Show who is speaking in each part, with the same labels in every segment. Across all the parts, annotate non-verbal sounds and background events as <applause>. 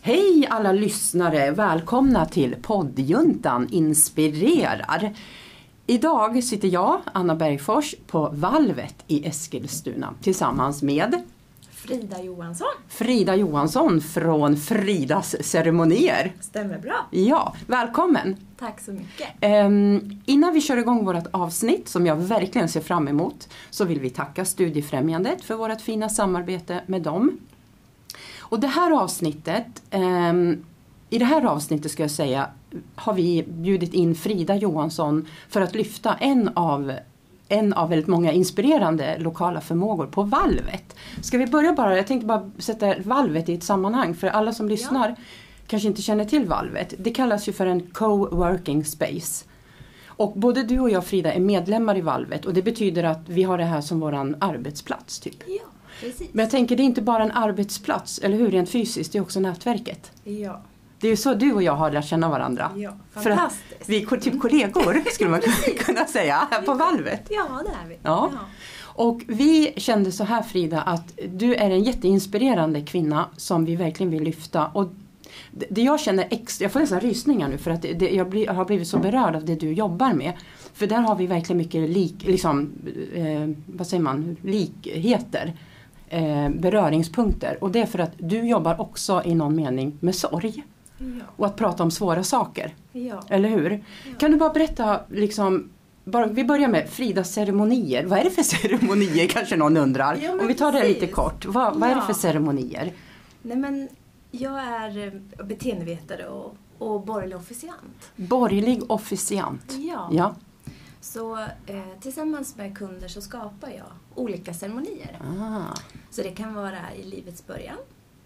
Speaker 1: Hej alla lyssnare! Välkomna till poddjuntan inspirerar. Idag sitter jag, Anna Bergfors, på valvet i Eskilstuna tillsammans med
Speaker 2: Frida Johansson.
Speaker 1: Frida Johansson från Fridas ceremonier.
Speaker 2: Stämmer bra.
Speaker 1: Ja, välkommen!
Speaker 2: Tack så mycket.
Speaker 1: Ehm, innan vi kör igång vårt avsnitt, som jag verkligen ser fram emot, så vill vi tacka Studiefrämjandet för vårt fina samarbete med dem. Och det här avsnittet, ehm, i det här avsnittet ska jag säga, har vi bjudit in Frida Johansson för att lyfta en av en av väldigt många inspirerande lokala förmågor på valvet. Ska vi börja bara, jag tänkte bara sätta valvet i ett sammanhang för alla som lyssnar kanske inte känner till valvet. Det kallas ju för en co-working space. Och både du och jag Frida är medlemmar i valvet och det betyder att vi har det här som våran arbetsplats. Typ.
Speaker 2: Ja, precis.
Speaker 1: Men jag tänker det är inte bara en arbetsplats, eller hur, rent fysiskt, det är också nätverket.
Speaker 2: Ja,
Speaker 1: Det är ju så du och jag har lärt känna varandra.
Speaker 2: ja.
Speaker 1: För att
Speaker 2: fantastiskt.
Speaker 1: Vi är ko- typ kollegor skulle man <laughs> kunna säga, här på valvet.
Speaker 2: Ja, det är vi.
Speaker 1: Ja. Och vi kände så här Frida att du är en jätteinspirerande kvinna som vi verkligen vill lyfta. Och det- det jag känner extra, jag får nästan rysningar nu för att det, det, jag, blir, jag har blivit så berörd av det du jobbar med. För där har vi verkligen mycket lik, liksom, eh, vad säger man, likheter, eh, beröringspunkter. Och det är för att du jobbar också i någon mening med sorg
Speaker 2: Ja.
Speaker 1: och att prata om svåra saker.
Speaker 2: ja.
Speaker 1: Eller hur? Kan du bara berätta, liksom, bara, vi börjar med Fridas ceremonier. Vad är det för <laughs> ceremonier kanske någon undrar?
Speaker 2: Ja, men
Speaker 1: Om vi tar det
Speaker 2: precis.
Speaker 1: lite kort, vad, vad är det
Speaker 2: Ja.
Speaker 1: för ceremonier?
Speaker 2: Nej, men jag är eh, beteendevetare och, och borgerlig officiant.
Speaker 1: Borgerlig officiant.
Speaker 2: Ja.
Speaker 1: Ja.
Speaker 2: Så eh, tillsammans med kunder så skapar jag olika ceremonier.
Speaker 1: Ah.
Speaker 2: Så det kan vara i livets början.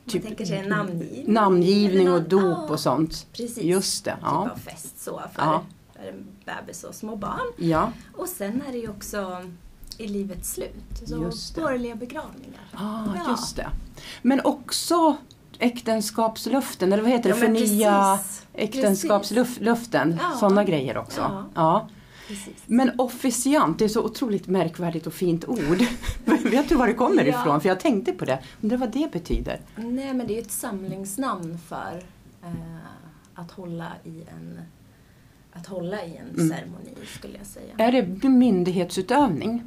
Speaker 2: Man
Speaker 1: Typ-
Speaker 2: tänker sig en namngivning.
Speaker 1: Namngivning och
Speaker 2: Eller någon-
Speaker 1: dop
Speaker 2: ja,
Speaker 1: och sånt.
Speaker 2: Precis.
Speaker 1: Just det.
Speaker 2: Typ
Speaker 1: Ja.
Speaker 2: av fest så för,
Speaker 1: Ja.
Speaker 2: för en bebis och små barn.
Speaker 1: ja.
Speaker 2: Och sen är det ju också i livets slut, så
Speaker 1: Just det.
Speaker 2: borgerliga begravningar.
Speaker 1: Ah,
Speaker 2: Ja.
Speaker 1: just det. Men också äktenskapsluften, eller vad heter det?
Speaker 2: Ja, men
Speaker 1: Förnya
Speaker 2: precis.
Speaker 1: äktenskapsluften.
Speaker 2: Ja.
Speaker 1: Sådana grejer också.
Speaker 2: Ja.
Speaker 1: Ja.
Speaker 2: Precis.
Speaker 1: Men officiant, det är så otroligt märkvärdigt och fint ord. <laughs> Vet du var det kommer
Speaker 2: Ja.
Speaker 1: ifrån? För jag tänkte på det. Undrar vad det betyder?
Speaker 2: Nej, men det är ju ett samlingsnamn för eh, att hålla i en att hålla i en
Speaker 1: Mm.
Speaker 2: ceremoni skulle jag säga.
Speaker 1: Är det myndighetsutövning?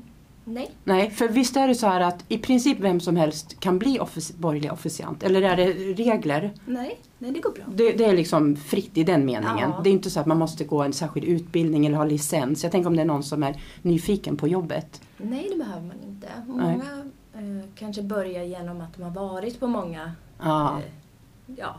Speaker 2: Nej,
Speaker 1: Nej, för visst är det så här att i princip vem som helst kan bli offici- borgerlig officiant? Eller är det regler?
Speaker 2: nej, nej det går bra.
Speaker 1: Det, det är liksom fritt i den meningen.
Speaker 2: Ja.
Speaker 1: Det är inte så att man måste gå en särskild utbildning eller ha licens. Jag tänker om det är någon som är nyfiken på jobbet.
Speaker 2: Nej, det behöver man inte.
Speaker 1: Nej.
Speaker 2: Många eh, kanske börjar genom att de har varit på många
Speaker 1: Ja,
Speaker 2: eh, ja,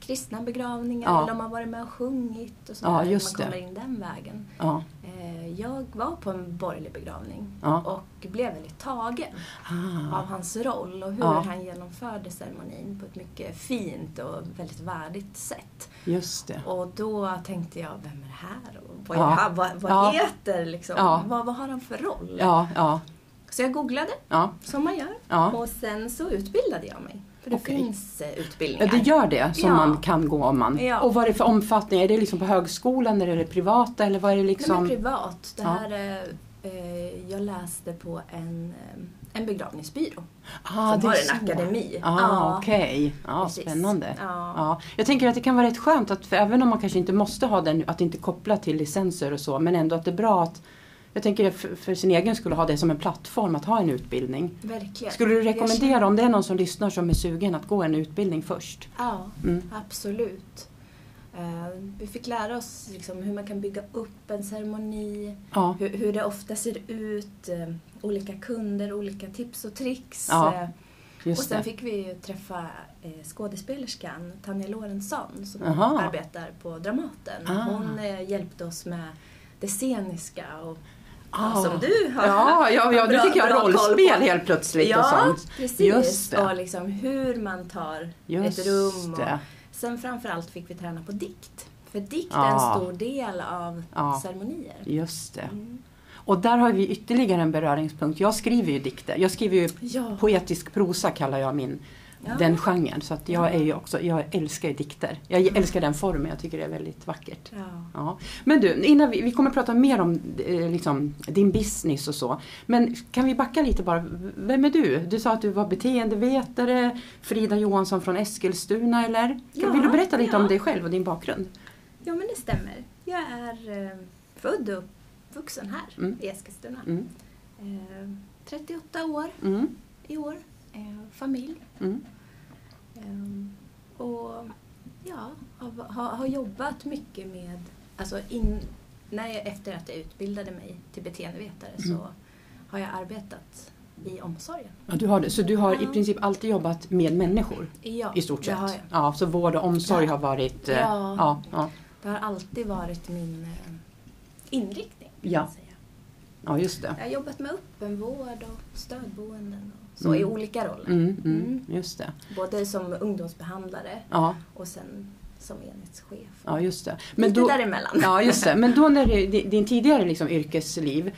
Speaker 2: kristna begravningar
Speaker 1: Ja.
Speaker 2: eller de har varit med och sjungit och
Speaker 1: Ja,
Speaker 2: sådär.
Speaker 1: just det.
Speaker 2: man kommer in den vägen.
Speaker 1: ja,
Speaker 2: Eh, Jag var på en borgerlig begravning
Speaker 1: ja.
Speaker 2: och blev väldigt tagen
Speaker 1: Ah,
Speaker 2: av hans roll och hur
Speaker 1: Ja.
Speaker 2: han genomförde ceremonin på ett mycket fint och väldigt värdigt sätt.
Speaker 1: just det.
Speaker 2: Och då tänkte jag, vem är det här? Och vad, är
Speaker 1: Ja.
Speaker 2: det här? vad, vad
Speaker 1: Ja.
Speaker 2: heter liksom?
Speaker 1: Ja.
Speaker 2: Vad, vad har han för roll?
Speaker 1: Ja, ja,
Speaker 2: Så jag googlade,
Speaker 1: ja.
Speaker 2: som man gör,
Speaker 1: ja.
Speaker 2: och sen så utbildade jag mig. För det
Speaker 1: Okej.
Speaker 2: finns eh,
Speaker 1: Ja,
Speaker 2: utbildningar.
Speaker 1: det gör det som
Speaker 2: Ja.
Speaker 1: man kan gå om man.
Speaker 2: Ja.
Speaker 1: Och vad är det för omfattning? Är det liksom på högskolan eller är det privata eller vad är det
Speaker 2: Nej, men
Speaker 1: liksom?
Speaker 2: privat. Det
Speaker 1: Ja.
Speaker 2: här, eh, eh, jag läste på en, eh, en begravningsbyrå.
Speaker 1: Ah,
Speaker 2: som
Speaker 1: det är
Speaker 2: har en
Speaker 1: så.
Speaker 2: akademi.
Speaker 1: Ah,
Speaker 2: Ja.
Speaker 1: Okej, ah,
Speaker 2: Precis.
Speaker 1: spännande.
Speaker 2: Ja.
Speaker 1: Ja. Jag tänker att det kan vara rätt skönt att för även om man kanske inte måste ha den, att det inte kopplar till licenser och så, men ändå att det är bra att jag tänker det för, för sin egen skulle ha det som en plattform att ha en utbildning.
Speaker 2: Verkligen.
Speaker 1: Skulle du
Speaker 2: Jag känner-
Speaker 1: rekommendera om det är någon som lyssnar som är sugen att gå en utbildning först?
Speaker 2: Ja,
Speaker 1: Mm.
Speaker 2: absolut. Eh, vi fick lära oss liksom, hur man kan bygga upp en ceremoni,
Speaker 1: Ja,
Speaker 2: hur, hur det ofta ser ut, eh, olika kunder, olika tips och tricks.
Speaker 1: Ja,
Speaker 2: eh, och
Speaker 1: just
Speaker 2: sen
Speaker 1: det.
Speaker 2: fick vi ju träffa eh, skådespelerskan Tanja Lorentzon som
Speaker 1: Aha.
Speaker 2: arbetar på Dramaten.
Speaker 1: Ah.
Speaker 2: Hon eh, hjälpte oss med det sceniska och
Speaker 1: Ah.
Speaker 2: som du har.
Speaker 1: Ja, ja, ja nu
Speaker 2: Bra-
Speaker 1: fick jag
Speaker 2: bra koll på.
Speaker 1: rollspel helt plötsligt och
Speaker 2: Ja,
Speaker 1: sånt.
Speaker 2: precis.
Speaker 1: Just det.
Speaker 2: Och liksom hur man tar
Speaker 1: Just
Speaker 2: ett rum. Och,
Speaker 1: det.
Speaker 2: sen framförallt fick vi träna på dikt. För dikt är
Speaker 1: Ja.
Speaker 2: en stor del av
Speaker 1: Ja.
Speaker 2: ceremonier.
Speaker 1: Just det.
Speaker 2: Mm.
Speaker 1: Och där har vi ytterligare en beröringspunkt. Jag skriver ju dikter. Jag skriver ju
Speaker 2: Ja.
Speaker 1: poetisk prosa kallar jag min
Speaker 3: Ja.
Speaker 1: den genren. Så att jag, är ju också, jag älskar ju dikter. Jag
Speaker 2: Mm.
Speaker 1: älskar den formen, jag tycker det är väldigt vackert.
Speaker 3: Ja.
Speaker 1: Ja. Men du, innan vi, vi kommer prata mer om eh, liksom, din business och så. Men kan vi backa lite bara. Vem är du? Du sa att du var beteendevetare, Frida Johansson från Eskilstuna eller? Kan-
Speaker 2: Ja,
Speaker 1: Vill du berätta lite
Speaker 2: ja.
Speaker 1: om dig själv och din bakgrund?
Speaker 2: Ja, men det stämmer. Jag är eh, född och vuxen här
Speaker 1: Mm.
Speaker 2: i Eskilstuna.
Speaker 1: Mm.
Speaker 2: Eh, 38 år
Speaker 1: Mm.
Speaker 2: i år. Eh, familj.
Speaker 1: Mm.
Speaker 2: Ehm, och ja, har, har, har jobbat mycket med... Alltså in, när jag, efter att jag utbildade mig till beteendevetare så har jag arbetat i omsorgen.
Speaker 1: Ja, du har det. Så du har i
Speaker 2: Ja.
Speaker 1: princip alltid jobbat med människor
Speaker 2: Ja,
Speaker 1: i stort
Speaker 2: Det
Speaker 1: sett?
Speaker 2: har, jag.
Speaker 1: Ja, så vård och omsorg
Speaker 2: Ja.
Speaker 1: har varit... eh,
Speaker 2: Ja.
Speaker 1: Ja, ja,
Speaker 2: det har alltid varit min eh, inriktning. kan
Speaker 1: Ja.
Speaker 2: man säga.
Speaker 1: ja, just det.
Speaker 2: Jag har jobbat med öppenvård och stödboenden och så
Speaker 1: Mm.
Speaker 2: i olika roller.
Speaker 1: Mm, mm,
Speaker 2: Mm.
Speaker 1: Just det.
Speaker 2: Både som ungdomsbehandlare
Speaker 1: Ja,
Speaker 2: och sen som enhetschef.
Speaker 1: ja, just det.
Speaker 2: Lite däremellan.
Speaker 1: Ja, just det. Men då när du, din din tidigare liksom yrkesliv,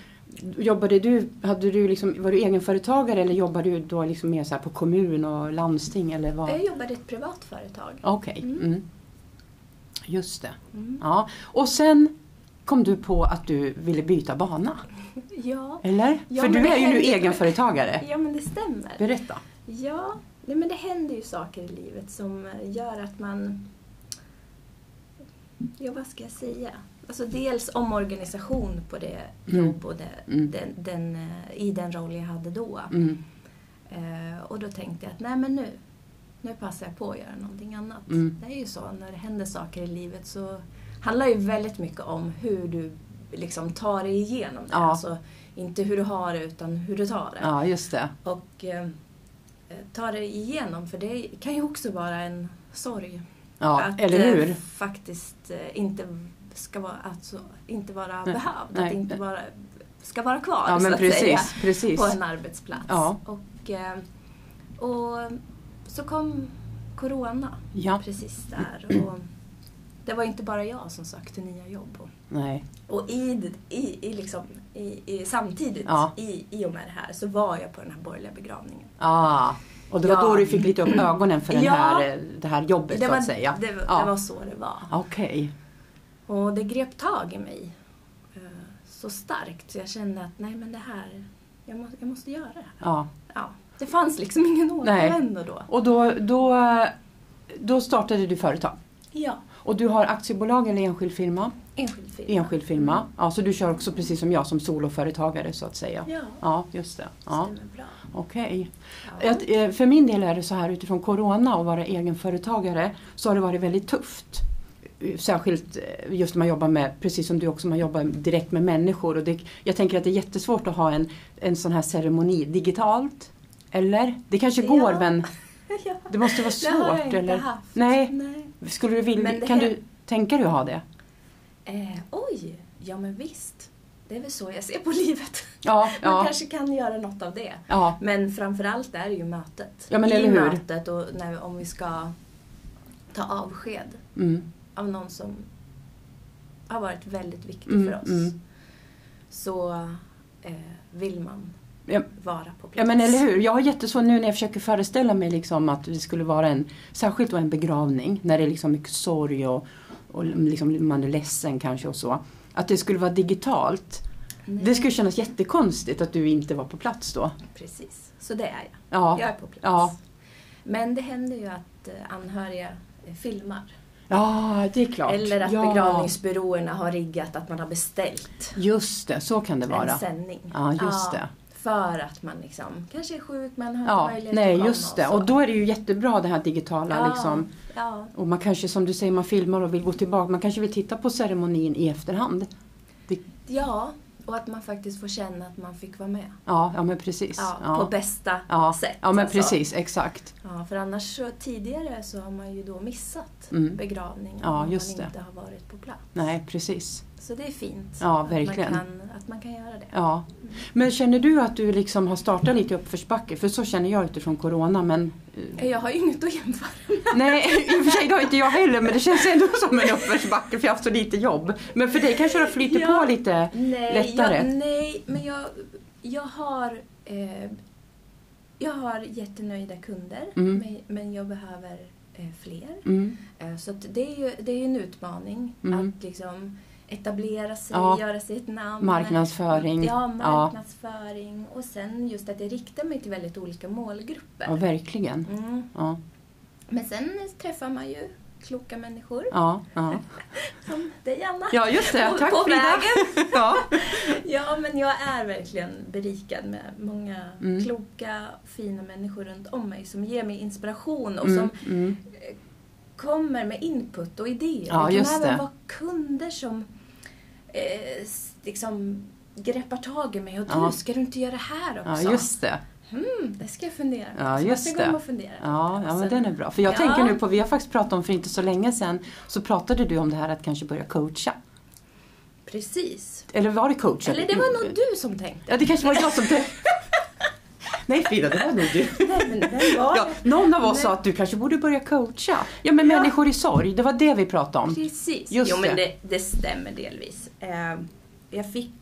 Speaker 1: jobbade du, hade du liksom, var du egenföretagare eller jobbade du då liksom mer så här på kommun och landsting eller vad?
Speaker 2: Jag jobbade i ett privat företag.
Speaker 1: Okej.
Speaker 2: Eh. Mm.
Speaker 1: Mm. Just det.
Speaker 2: Mm.
Speaker 1: Ja. Och sen kom du på att du ville byta bana,
Speaker 2: Ja.
Speaker 1: eller?
Speaker 2: Ja,
Speaker 1: För
Speaker 2: men
Speaker 1: du
Speaker 2: det
Speaker 1: är ju nu
Speaker 2: hände-
Speaker 1: egenföretagare.
Speaker 2: ja, men det stämmer.
Speaker 1: Berätta.
Speaker 2: Ja, nej, men det händer ju saker i livet som gör att man... Ja, vad ska jag säga? Alltså dels omorganisation på det
Speaker 1: Mm.
Speaker 2: jobb och det,
Speaker 1: Mm.
Speaker 2: den, den, eh, i den roll jag hade då.
Speaker 1: Mm.
Speaker 2: Eh, och då tänkte jag att nej men nu, nu passar jag på att göra någonting annat.
Speaker 1: Mm.
Speaker 2: Det är ju så, när det händer saker i livet så handlar det ju väldigt mycket om hur du liksom tar dig igenom det.
Speaker 1: Ja.
Speaker 2: Alltså inte hur du har det utan hur du tar det.
Speaker 1: Ja, just det.
Speaker 2: Och eh, ta dig igenom för det kan ju också vara en sorg.
Speaker 1: Ja,
Speaker 2: att
Speaker 1: eller
Speaker 2: eh,
Speaker 1: hur?
Speaker 2: faktiskt eh, inte ska vara, alltså, inte
Speaker 1: Nej,
Speaker 2: vara behövd,
Speaker 1: nej.
Speaker 2: att inte vara, ska vara kvar
Speaker 1: Ja, men
Speaker 2: så att säga
Speaker 1: precis. precis.
Speaker 2: på en arbetsplats.
Speaker 1: Ja.
Speaker 2: Och, eh, och så kom Corona
Speaker 1: Ja,
Speaker 2: precis där. Och det var inte bara jag som sökte nya jobb. Och,
Speaker 1: nej.
Speaker 2: och i, i, i liksom, i, i, samtidigt,
Speaker 1: Ja.
Speaker 2: i, i och med det här, så var jag på den här borgerliga begravningen.
Speaker 1: Ah, och det var
Speaker 2: Ja.
Speaker 1: då du fick lite upp ögonen för den
Speaker 2: Ja.
Speaker 1: här, eh, det här jobbet
Speaker 2: Det
Speaker 1: så att
Speaker 2: var,
Speaker 1: säga.
Speaker 2: det, var-
Speaker 1: Ja.
Speaker 2: det var så det var.
Speaker 1: Okej.
Speaker 2: Och det grep tag i mig eh, så starkt så jag kände att nej men det här, jag, må, jag måste göra det här.
Speaker 1: Ja.
Speaker 2: Ja. Det fanns liksom ingen
Speaker 1: Nej.
Speaker 2: återvändo då.
Speaker 1: Och då, då, eh, då startade du företag.
Speaker 2: Ja,
Speaker 1: Och du har aktiebolag eller enskild firma?
Speaker 2: enskild firma.
Speaker 1: Enskild firma. Ja, så du kör också precis som jag som soloföretagare så att säga.
Speaker 2: Mm. Ja,
Speaker 1: Ja, just det. Ja,
Speaker 2: stämmer bra.
Speaker 1: okej.
Speaker 2: Ja.
Speaker 1: Att, eh, För min del är det så här utifrån corona och vara egenföretagare så har det varit väldigt tufft. Särskilt eh, just när man jobbar med, precis som du också, man jobbar direkt med människor. Och det, jag tänker att det är jättesvårt att ha en, en sån här ceremoni digitalt. Eller? Det kanske går
Speaker 2: Ja.
Speaker 1: men
Speaker 2: Ja.
Speaker 1: det måste vara svårt.
Speaker 2: <laughs> det har jag inte
Speaker 1: eller?
Speaker 2: haft.
Speaker 1: Nej.
Speaker 2: Nej.
Speaker 1: Skulle du
Speaker 2: Men
Speaker 1: vilja,
Speaker 2: det
Speaker 1: kan
Speaker 2: här-
Speaker 1: du tänka dig att ha det?
Speaker 2: Eh, oj, ja men visst. Det är väl så jag ser på <laughs> livet.
Speaker 1: Ja,
Speaker 2: Man
Speaker 1: ja,
Speaker 2: kanske kan göra något av det.
Speaker 1: ja,
Speaker 2: Men framförallt är det ju mötet.
Speaker 1: Ja, men
Speaker 2: I
Speaker 1: eller hur?
Speaker 2: mötet och när, om vi ska ta avsked
Speaker 1: mm,
Speaker 2: av någon som har varit väldigt viktig
Speaker 1: Mm,
Speaker 2: för oss.
Speaker 1: mm.
Speaker 2: Så eh, vill man
Speaker 1: Ja.
Speaker 2: vara på plats.
Speaker 1: ja men eller hur. Jag har jättesvårt nu när jag försöker föreställa mig liksom att det skulle vara en, särskilt då en begravning när det är liksom mycket sorg och, och liksom man är ledsen kanske och så. Att det skulle vara digitalt.
Speaker 2: Nej,
Speaker 1: Det skulle kännas jättekonstigt att du inte var på plats då.
Speaker 2: Precis, så det är jag.
Speaker 1: Ja,
Speaker 2: Jag är på plats.
Speaker 1: Ja.
Speaker 2: Men det händer ju att eh, anhöriga eh, filmar.
Speaker 1: ja det är klart.
Speaker 2: Eller att
Speaker 1: ja.
Speaker 2: begravningsbyråerna har riggat att man har beställt
Speaker 1: Just det, så kan det
Speaker 2: en
Speaker 1: vara.
Speaker 2: sändning.
Speaker 1: Ja, just
Speaker 2: Ja.
Speaker 1: det.
Speaker 2: För att man liksom kanske är sjuk men har
Speaker 1: Ja,
Speaker 2: inte möjlighet
Speaker 1: nej
Speaker 2: att komma.
Speaker 1: just det.
Speaker 2: så.
Speaker 1: Och då är det ju jättebra det här digitala liksom.
Speaker 2: ja,
Speaker 1: Och man kanske, som du säger, man filmar och vill gå tillbaka. Man kanske vill titta på ceremonin i efterhand.
Speaker 2: ja, och att man faktiskt får känna att man fick vara med.
Speaker 1: Ja, ja men precis.
Speaker 2: Ja,
Speaker 1: ja.
Speaker 2: På bästa
Speaker 1: ja.
Speaker 2: sätt.
Speaker 1: Ja, men
Speaker 2: alltså.
Speaker 1: precis. Exakt.
Speaker 2: Ja, för annars så tidigare så har man ju då missat
Speaker 1: Mm.
Speaker 2: begravningen
Speaker 1: Ja,
Speaker 2: om
Speaker 1: just
Speaker 2: man
Speaker 1: det.
Speaker 2: inte har varit på plats.
Speaker 1: Nej, precis.
Speaker 2: Så det är fint
Speaker 1: Ja,
Speaker 2: att,
Speaker 1: verkligen.
Speaker 2: Man kan, att man kan göra det.
Speaker 1: Ja. Men känner du att du liksom har startat lite i uppförsbacke? För så känner jag utifrån Corona, men...
Speaker 2: <laughs>
Speaker 1: eh,
Speaker 2: Jag har ju inget att jämföra
Speaker 1: Nej, i och för sig det har inte jag heller, men det känns ändå som en uppförsbacke för jag har haft så lite jobb. Men för dig kanske det har flyttat
Speaker 2: Ja.
Speaker 1: på lite?
Speaker 2: Nej,
Speaker 1: lättare?
Speaker 2: Jag, nej men jag, jag har eh, Jag har jättenöjda kunder
Speaker 1: Mm.
Speaker 2: men, men jag behöver eh, fler.
Speaker 1: Mm.
Speaker 2: Eh, Så att det, är ju, det är ju en utmaning
Speaker 1: Mm.
Speaker 2: att liksom etablera sig,
Speaker 1: Ja.
Speaker 2: göra sig ett namn.
Speaker 1: Marknadsföring.
Speaker 2: Ja,
Speaker 1: ja.
Speaker 2: marknadsföring. Och sen just att jag riktar mig till väldigt olika målgrupper.
Speaker 1: ja, verkligen.
Speaker 2: Mm.
Speaker 1: Ja,
Speaker 2: Men sen träffar man ju kloka människor
Speaker 1: ja,
Speaker 2: <laughs>
Speaker 1: ja.
Speaker 2: som dig Anna.
Speaker 1: ja just det.
Speaker 2: På-
Speaker 1: Tack
Speaker 2: på
Speaker 1: Frida. <laughs> Ja.
Speaker 2: Ja, men jag är verkligen berikad med många
Speaker 1: Mm.
Speaker 2: kloka, fina människor runt om mig som ger mig inspiration och som
Speaker 1: Mm, mm.
Speaker 2: kommer med input och idéer.
Speaker 1: Ja,
Speaker 2: det kan
Speaker 1: just
Speaker 2: även
Speaker 1: det.
Speaker 2: vara kunder som eh, s- liksom greppar tag i mig och du,
Speaker 1: Ja.
Speaker 2: ska du inte göra det här också?
Speaker 1: Ja, just det.
Speaker 2: Mm, det ska jag fundera på.
Speaker 1: Ja,
Speaker 2: Så
Speaker 1: just
Speaker 2: jag ska gå hem
Speaker 1: det.
Speaker 2: och fundera.
Speaker 1: Ja,
Speaker 2: Och
Speaker 1: ja men
Speaker 2: sen-
Speaker 1: den är bra. För jag
Speaker 2: Alltså, Ja.
Speaker 1: tänker nu på, vi har faktiskt pratat om för inte så länge sedan, så pratade du om det här att kanske börja coacha.
Speaker 2: Precis.
Speaker 1: Eller var det coacha?
Speaker 2: Eller det var nog du som tänkte.
Speaker 1: Ja, det kanske var jag som
Speaker 2: <laughs>
Speaker 1: tänkte. Nej Frida, det var nog du.
Speaker 2: Nej, men den var
Speaker 1: <laughs> Ja, någon av oss
Speaker 2: Nej.
Speaker 1: sa att du kanske borde börja coacha. Ja, men människor i sorg, det var det vi pratade om.
Speaker 2: Precis.
Speaker 1: Just
Speaker 2: jo, men
Speaker 1: det.
Speaker 2: det, det stämmer delvis. Eh, jag fick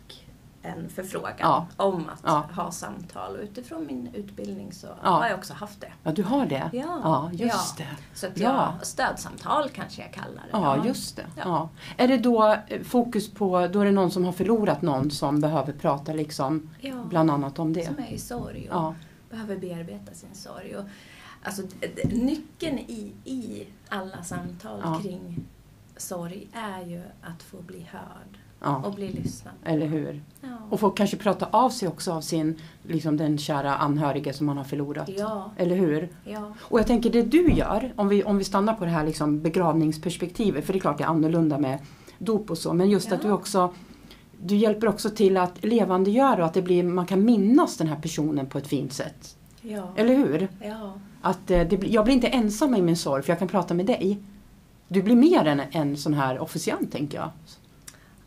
Speaker 2: en förfrågan
Speaker 1: Ja.
Speaker 2: om att
Speaker 1: Ja.
Speaker 2: ha samtal och utifrån min utbildning så
Speaker 1: Ja.
Speaker 2: har jag också haft det.
Speaker 1: Ja, du har det?
Speaker 2: Ja.
Speaker 1: just
Speaker 2: Ja.
Speaker 1: det.
Speaker 2: Så att jag,
Speaker 1: Ja.
Speaker 2: stödsamtal kanske jag kallar det.
Speaker 1: Ja, just det. Ja.
Speaker 2: Ja.
Speaker 1: Är det då eh, fokus på, då är det någon som har förlorat någon som behöver prata liksom,
Speaker 2: Ja,
Speaker 1: bland annat om det?
Speaker 2: som är i sorg och
Speaker 1: Ja,
Speaker 2: behöver bearbeta sin sorg. Och, alltså, d- d- nyckeln i, i alla samtal
Speaker 1: Ja.
Speaker 2: kring sorg är ju att få bli hörd
Speaker 1: ja,
Speaker 2: och bli lyssnad på.
Speaker 1: eller hur?
Speaker 2: Ja.
Speaker 1: Och få kanske prata av sig också av sin, liksom den kära anhörige som man har förlorat.
Speaker 2: ja,
Speaker 1: Eller hur?
Speaker 2: ja,
Speaker 1: Och jag tänker det du gör, om vi, om vi stannar på det här liksom begravningsperspektivet, för det är klart det är annorlunda med dop och så, men just
Speaker 2: Ja.
Speaker 1: att du också du hjälper också till att levandegöra och att det blir, man kan minnas den här personen på ett fint sätt.
Speaker 2: ja,
Speaker 1: Eller hur?
Speaker 2: ja.
Speaker 1: Att eh, det, blir- jag blir inte ensam i min sorg för jag kan prata med dig. Du blir mer än en sån här officiant tänker jag.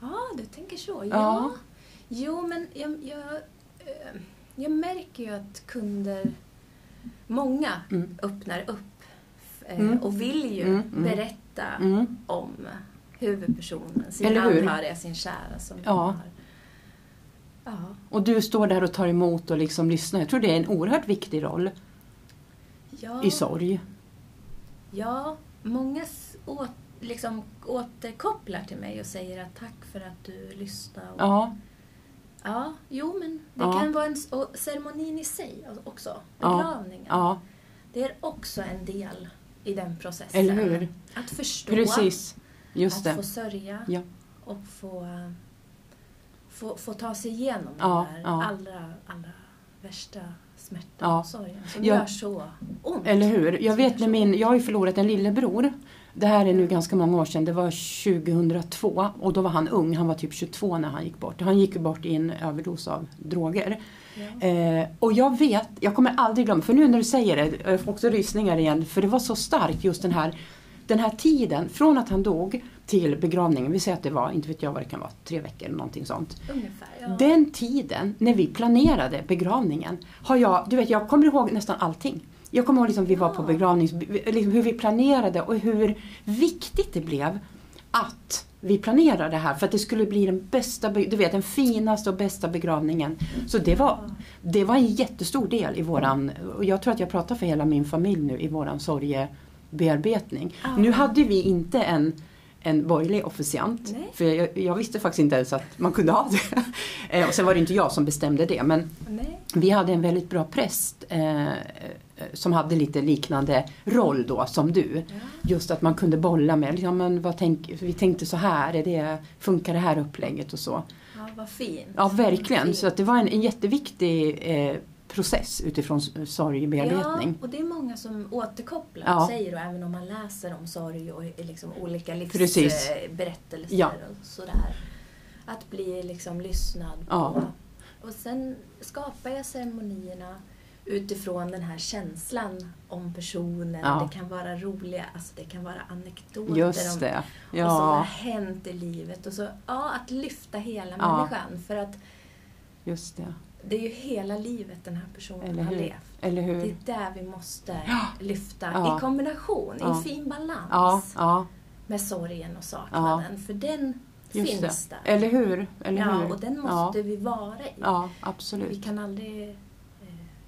Speaker 2: Ja, du tänker så. Ja.
Speaker 1: Ja.
Speaker 2: Jo, men jag, jag, eh, jag märker ju att kunder, många
Speaker 1: Mm.
Speaker 2: öppnar upp eh,
Speaker 1: Mm.
Speaker 2: och vill ju
Speaker 1: Mm, mm.
Speaker 2: berätta
Speaker 1: Mm.
Speaker 2: om huvudpersonen, sin
Speaker 1: Eller hur?
Speaker 2: anhöriga, sin kära som de
Speaker 1: Ja.
Speaker 2: har. Ja.
Speaker 1: Och du står där och tar emot och liksom lyssnar. Jag tror det är en oerhört viktig roll
Speaker 2: Ja,
Speaker 1: i sorg.
Speaker 2: ja många s- åt, liksom, återkopplar till mig och säger att tack för att du lyssnade. Och,
Speaker 1: Ja,
Speaker 2: Ja, jo men det
Speaker 1: Ja.
Speaker 2: kan vara en s- och ceremonin i sig också.
Speaker 1: Ja.
Speaker 2: Begravningen.
Speaker 1: ja
Speaker 2: Det är också en del i den processen.
Speaker 1: eller hur?
Speaker 2: Att förstå,
Speaker 1: Precis, just
Speaker 2: att
Speaker 1: det.
Speaker 2: få sörja
Speaker 1: Ja.
Speaker 2: och få, eh, få, få ta sig igenom
Speaker 1: Ja,
Speaker 2: den där
Speaker 1: ja.
Speaker 2: allra, allra värsta smärtan
Speaker 1: Ja.
Speaker 2: och sorgen som
Speaker 1: Ja.
Speaker 2: gör så ont.
Speaker 1: Eller hur? Jag
Speaker 2: Som
Speaker 1: vet
Speaker 2: gör
Speaker 1: när
Speaker 2: så
Speaker 1: min,
Speaker 2: ont.
Speaker 1: jag har ju förlorat en lillebror. Det här är nu ganska många år sedan, det var 2002 och då var han ung, han var typ 22 när han gick bort. Han gick ju bort i en överdos av droger.
Speaker 2: Ja.
Speaker 1: Eh, och jag vet, jag kommer aldrig glömma, för nu när du säger det, jag får också rysningar igen, för det var så starkt just den här, den här tiden, från att han dog till begravningen, vi säger att det var, inte vet jag vad det kan vara, tre veckor eller någonting sånt.
Speaker 2: Ungefär, ja.
Speaker 1: Den tiden när vi planerade begravningen har jag, du vet jag kommer ihåg nästan allting. Jag kommer ihåg liksom vi var på
Speaker 2: Ja.
Speaker 1: begravnings, liksom hur vi planerade och hur viktigt det blev att vi planerade det här för att det skulle bli den bästa, be- du vet den finaste och bästa begravningen. Så det var, det var en jättestor del i våran, och jag tror att jag pratar för hela min familj nu i våran sorgebearbetning.
Speaker 2: Ja.
Speaker 1: Nu hade vi inte en, en borgerlig officiant,
Speaker 2: Nej.
Speaker 1: för jag, jag visste faktiskt inte ens att man kunde ha det. <laughs> Eh, och sen var det inte jag som bestämde det, men
Speaker 2: Nej.
Speaker 1: vi hade en väldigt bra präst eh, eh, som hade lite liknande roll då som du.
Speaker 2: Ja.
Speaker 1: Just att man kunde bolla med, liksom, men vad tänk, vi tänkte så här, är det, funkar det här upplägget och så.
Speaker 2: ja, vad fint.
Speaker 1: Ja, verkligen.
Speaker 2: Fint.
Speaker 1: Så att det var en, en jätteviktig eh, process utifrån s- sorgbearbetning.
Speaker 2: Ja, och det är många som återkopplar
Speaker 1: Ja.
Speaker 2: och säger och även om man läser om sorg och i- liksom olika
Speaker 1: Precis.
Speaker 2: livsberättelser
Speaker 1: Ja.
Speaker 2: och sådär. Att bli liksom lyssnad
Speaker 1: Ja.
Speaker 2: på. Och sen skapar jag ceremonierna utifrån den här känslan om personen.
Speaker 1: Ja.
Speaker 2: Det kan vara roliga, alltså det kan vara anekdoter
Speaker 1: Just
Speaker 2: om
Speaker 1: det.
Speaker 2: och som har
Speaker 1: Ja,
Speaker 2: hänt i livet. Och så, ja, att lyfta hela
Speaker 1: Ja.
Speaker 2: människan för att
Speaker 1: just det.
Speaker 2: det är ju hela livet den här personen
Speaker 1: Eller
Speaker 2: har
Speaker 1: hur?
Speaker 2: levt.
Speaker 1: Eller
Speaker 2: Det
Speaker 1: hur?
Speaker 2: är där vi måste
Speaker 1: Mm. Ja.
Speaker 2: lyfta
Speaker 1: Ja.
Speaker 2: i kombination, i
Speaker 1: Ja.
Speaker 2: en fin balans
Speaker 1: Ja, ja,
Speaker 2: med sorgen och saknaden. För den
Speaker 1: just
Speaker 2: finns
Speaker 1: det.
Speaker 2: där.
Speaker 1: Eller hur? Eller
Speaker 2: ja,
Speaker 1: hur?
Speaker 2: och den
Speaker 1: Ja.
Speaker 2: måste vi vara i.
Speaker 1: Ja,
Speaker 2: Vi
Speaker 1: absolut.
Speaker 2: kan aldrig eh,